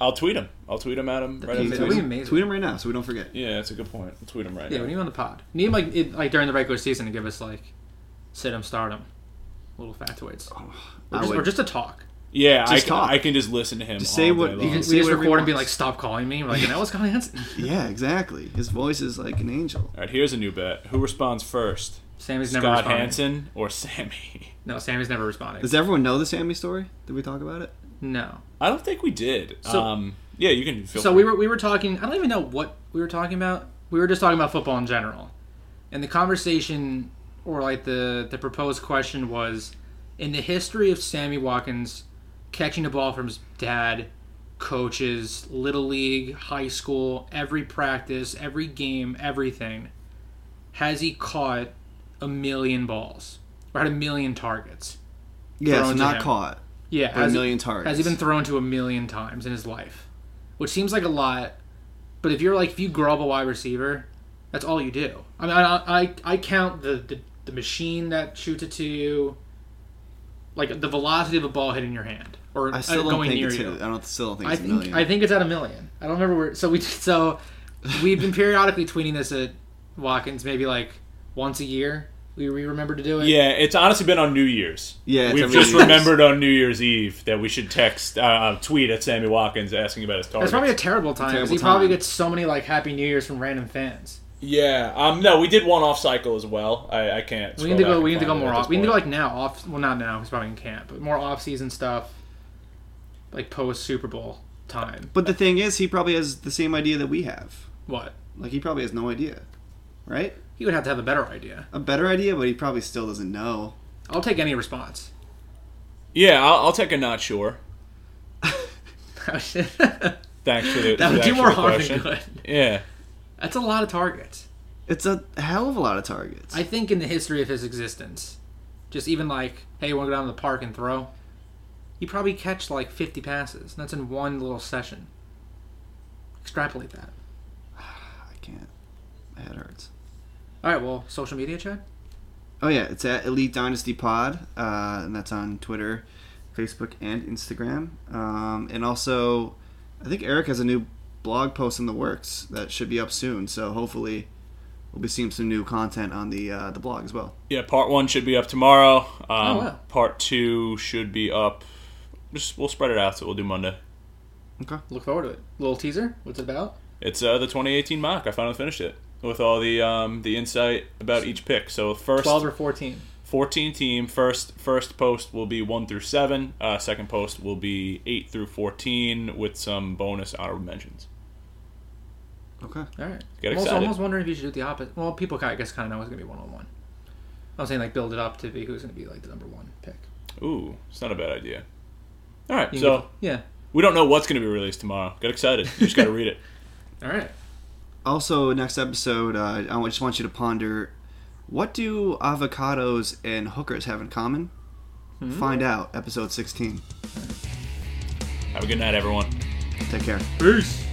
Speaker 1: I'll tweet him. I'll tweet him at him right
Speaker 2: He's
Speaker 1: after
Speaker 3: That'd be
Speaker 1: this.
Speaker 3: amazing.
Speaker 2: Tweet him right now so we don't forget.
Speaker 1: Yeah, that's a good point. I'll tweet him right
Speaker 3: Yeah,
Speaker 1: now.
Speaker 3: we need him on the pod. We need him like it, like during the regular season to give us like sit him stardom, little factoids, or
Speaker 2: Oh, I
Speaker 3: just,
Speaker 2: would-
Speaker 3: or just a talk.
Speaker 1: yeah, I,
Speaker 2: Just
Speaker 1: can-
Speaker 2: talk.
Speaker 1: I can just listen to him.
Speaker 2: Just
Speaker 1: all
Speaker 2: say what
Speaker 1: day
Speaker 2: you
Speaker 1: long.
Speaker 2: can-
Speaker 3: We
Speaker 2: Say
Speaker 3: just
Speaker 2: whatever he
Speaker 3: record and be like,
Speaker 2: wants.
Speaker 3: "Stop calling me." We're like, "Now it's Scott
Speaker 2: *laughs*
Speaker 3: Hansen."
Speaker 2: yeah, exactly. His voice is like an angel.
Speaker 1: All right, here's a new bet. Who responds first?
Speaker 3: Sammy's never
Speaker 1: Scott
Speaker 3: responding.
Speaker 1: Hansen or Sammy? *laughs*
Speaker 3: No, Sammy's never responding.
Speaker 2: Does everyone know the Sammy story? Did we talk about it?
Speaker 3: No.
Speaker 1: I don't think we did.
Speaker 3: So-
Speaker 1: um, yeah, you can feel
Speaker 3: So
Speaker 1: free.
Speaker 3: we were we were talking. I don't even know what we were talking about. We were just talking about football in general, and the conversation or like the the proposed question was, in the history of Sammy Watkins catching the ball from his dad, coaches, little league, high school, every practice, every game, everything, has he caught a million balls or had a million targets?
Speaker 2: Yeah,
Speaker 3: Thrown
Speaker 2: so
Speaker 3: to
Speaker 2: not
Speaker 3: him.
Speaker 2: caught.
Speaker 3: Yeah,
Speaker 2: But a
Speaker 3: has- e-
Speaker 2: million targets.
Speaker 3: has he been thrown to a million times in his life, which seems like a lot. But if you're like if you grow up a wide receiver, that's all you do. I mean, I I, I count the, the the machine that shoots it to you, like the velocity of a ball hitting your hand or
Speaker 2: I
Speaker 3: uh,
Speaker 2: still don't
Speaker 3: going
Speaker 2: think
Speaker 3: near
Speaker 2: it's.
Speaker 3: you.
Speaker 2: I don't still don't think
Speaker 3: I
Speaker 2: it's a
Speaker 3: think
Speaker 2: million.
Speaker 3: I think it's at a million. I don't remember where. So we so we've been periodically tweeting this at Watkins, maybe like once a year. We, we remember to do it.
Speaker 1: yeah, it's honestly been on New Year's.
Speaker 2: Yeah, it's
Speaker 1: we've
Speaker 2: every
Speaker 1: just
Speaker 2: New Year's.
Speaker 1: remembered on New Year's Eve that we should text, uh, uh, tweet at Sammy Watkins asking about his
Speaker 3: It's
Speaker 1: targets.
Speaker 3: probably a terrible time. 'cause
Speaker 2: Terrible
Speaker 3: he probably
Speaker 2: time.
Speaker 3: gets so many like Happy New Years from random fans.
Speaker 1: yeah, um, no, we did one off cycle as well. I, I can't.
Speaker 3: We need to go. We need to go more off. We need to go like now off. Well, not now. He's probably in camp, but more off season stuff, like post Super Bowl time.
Speaker 2: But the thing is, he probably has the same idea that we have.
Speaker 3: What
Speaker 2: Like he probably has no idea, right?
Speaker 3: he would have to have a better idea.
Speaker 2: A better idea, but he probably still doesn't know.
Speaker 3: I'll take any response. *laughs*
Speaker 1: Yeah, I'll, I'll take a not sure.
Speaker 3: *laughs* that
Speaker 1: Thanks for the, for the
Speaker 3: would do
Speaker 1: actual
Speaker 3: more harm
Speaker 1: question.
Speaker 3: than good.
Speaker 1: Yeah,
Speaker 3: That's a lot of targets.
Speaker 2: It's a hell of a lot of targets.
Speaker 3: I think in the history of his existence, just even like, hey, want to go down to the park and throw? You probably catch like 50 passes. And that's in one little session. Extrapolate that.
Speaker 2: I can't. My head hurts.
Speaker 3: All right. Well, social media, Chad.
Speaker 2: Oh yeah, it's at Elite Dynasty Pod, uh, and that's on Twitter, Facebook, and Instagram. Um, and also, I think Eric has a new blog post in the works that should be up soon. So hopefully, we'll be seeing some new content on the uh, the blog as well.
Speaker 1: yeah. Part one should be up tomorrow. Um,
Speaker 3: Oh, wow.
Speaker 1: Part two should be up. Just we'll spread it out, so we'll do Monday.
Speaker 2: Okay.
Speaker 3: Look forward to it. Little teaser. What's it about?
Speaker 1: It's uh, the 2018 mock. I finally finished it with all the um, the insight about each pick. So first
Speaker 3: 12 or 14.
Speaker 1: 14 team. First first post will be one through seven. Uh, second post will be eight through 14 with some bonus honorable mentions.
Speaker 2: Okay. Okay.
Speaker 3: All right.
Speaker 1: Get
Speaker 3: I'm also
Speaker 1: excited.
Speaker 3: almost wondering if you should do it the opposite. Well, people kind of, I guess kind of know it's going to be one on one. I'm saying like build it up to be who's going to be like the number one pick.
Speaker 1: Ooh, it's not a bad idea. All right,
Speaker 3: You can
Speaker 1: so
Speaker 3: give- yeah.
Speaker 1: we don't know what's going to be released tomorrow. Get excited. You just got to read it.
Speaker 3: All right.
Speaker 2: Also, next episode, uh, I just want you to ponder what do avocados and hookers have in common? Find out, episode 16.
Speaker 1: Have a good night, everyone.
Speaker 2: Take care.
Speaker 3: Peace.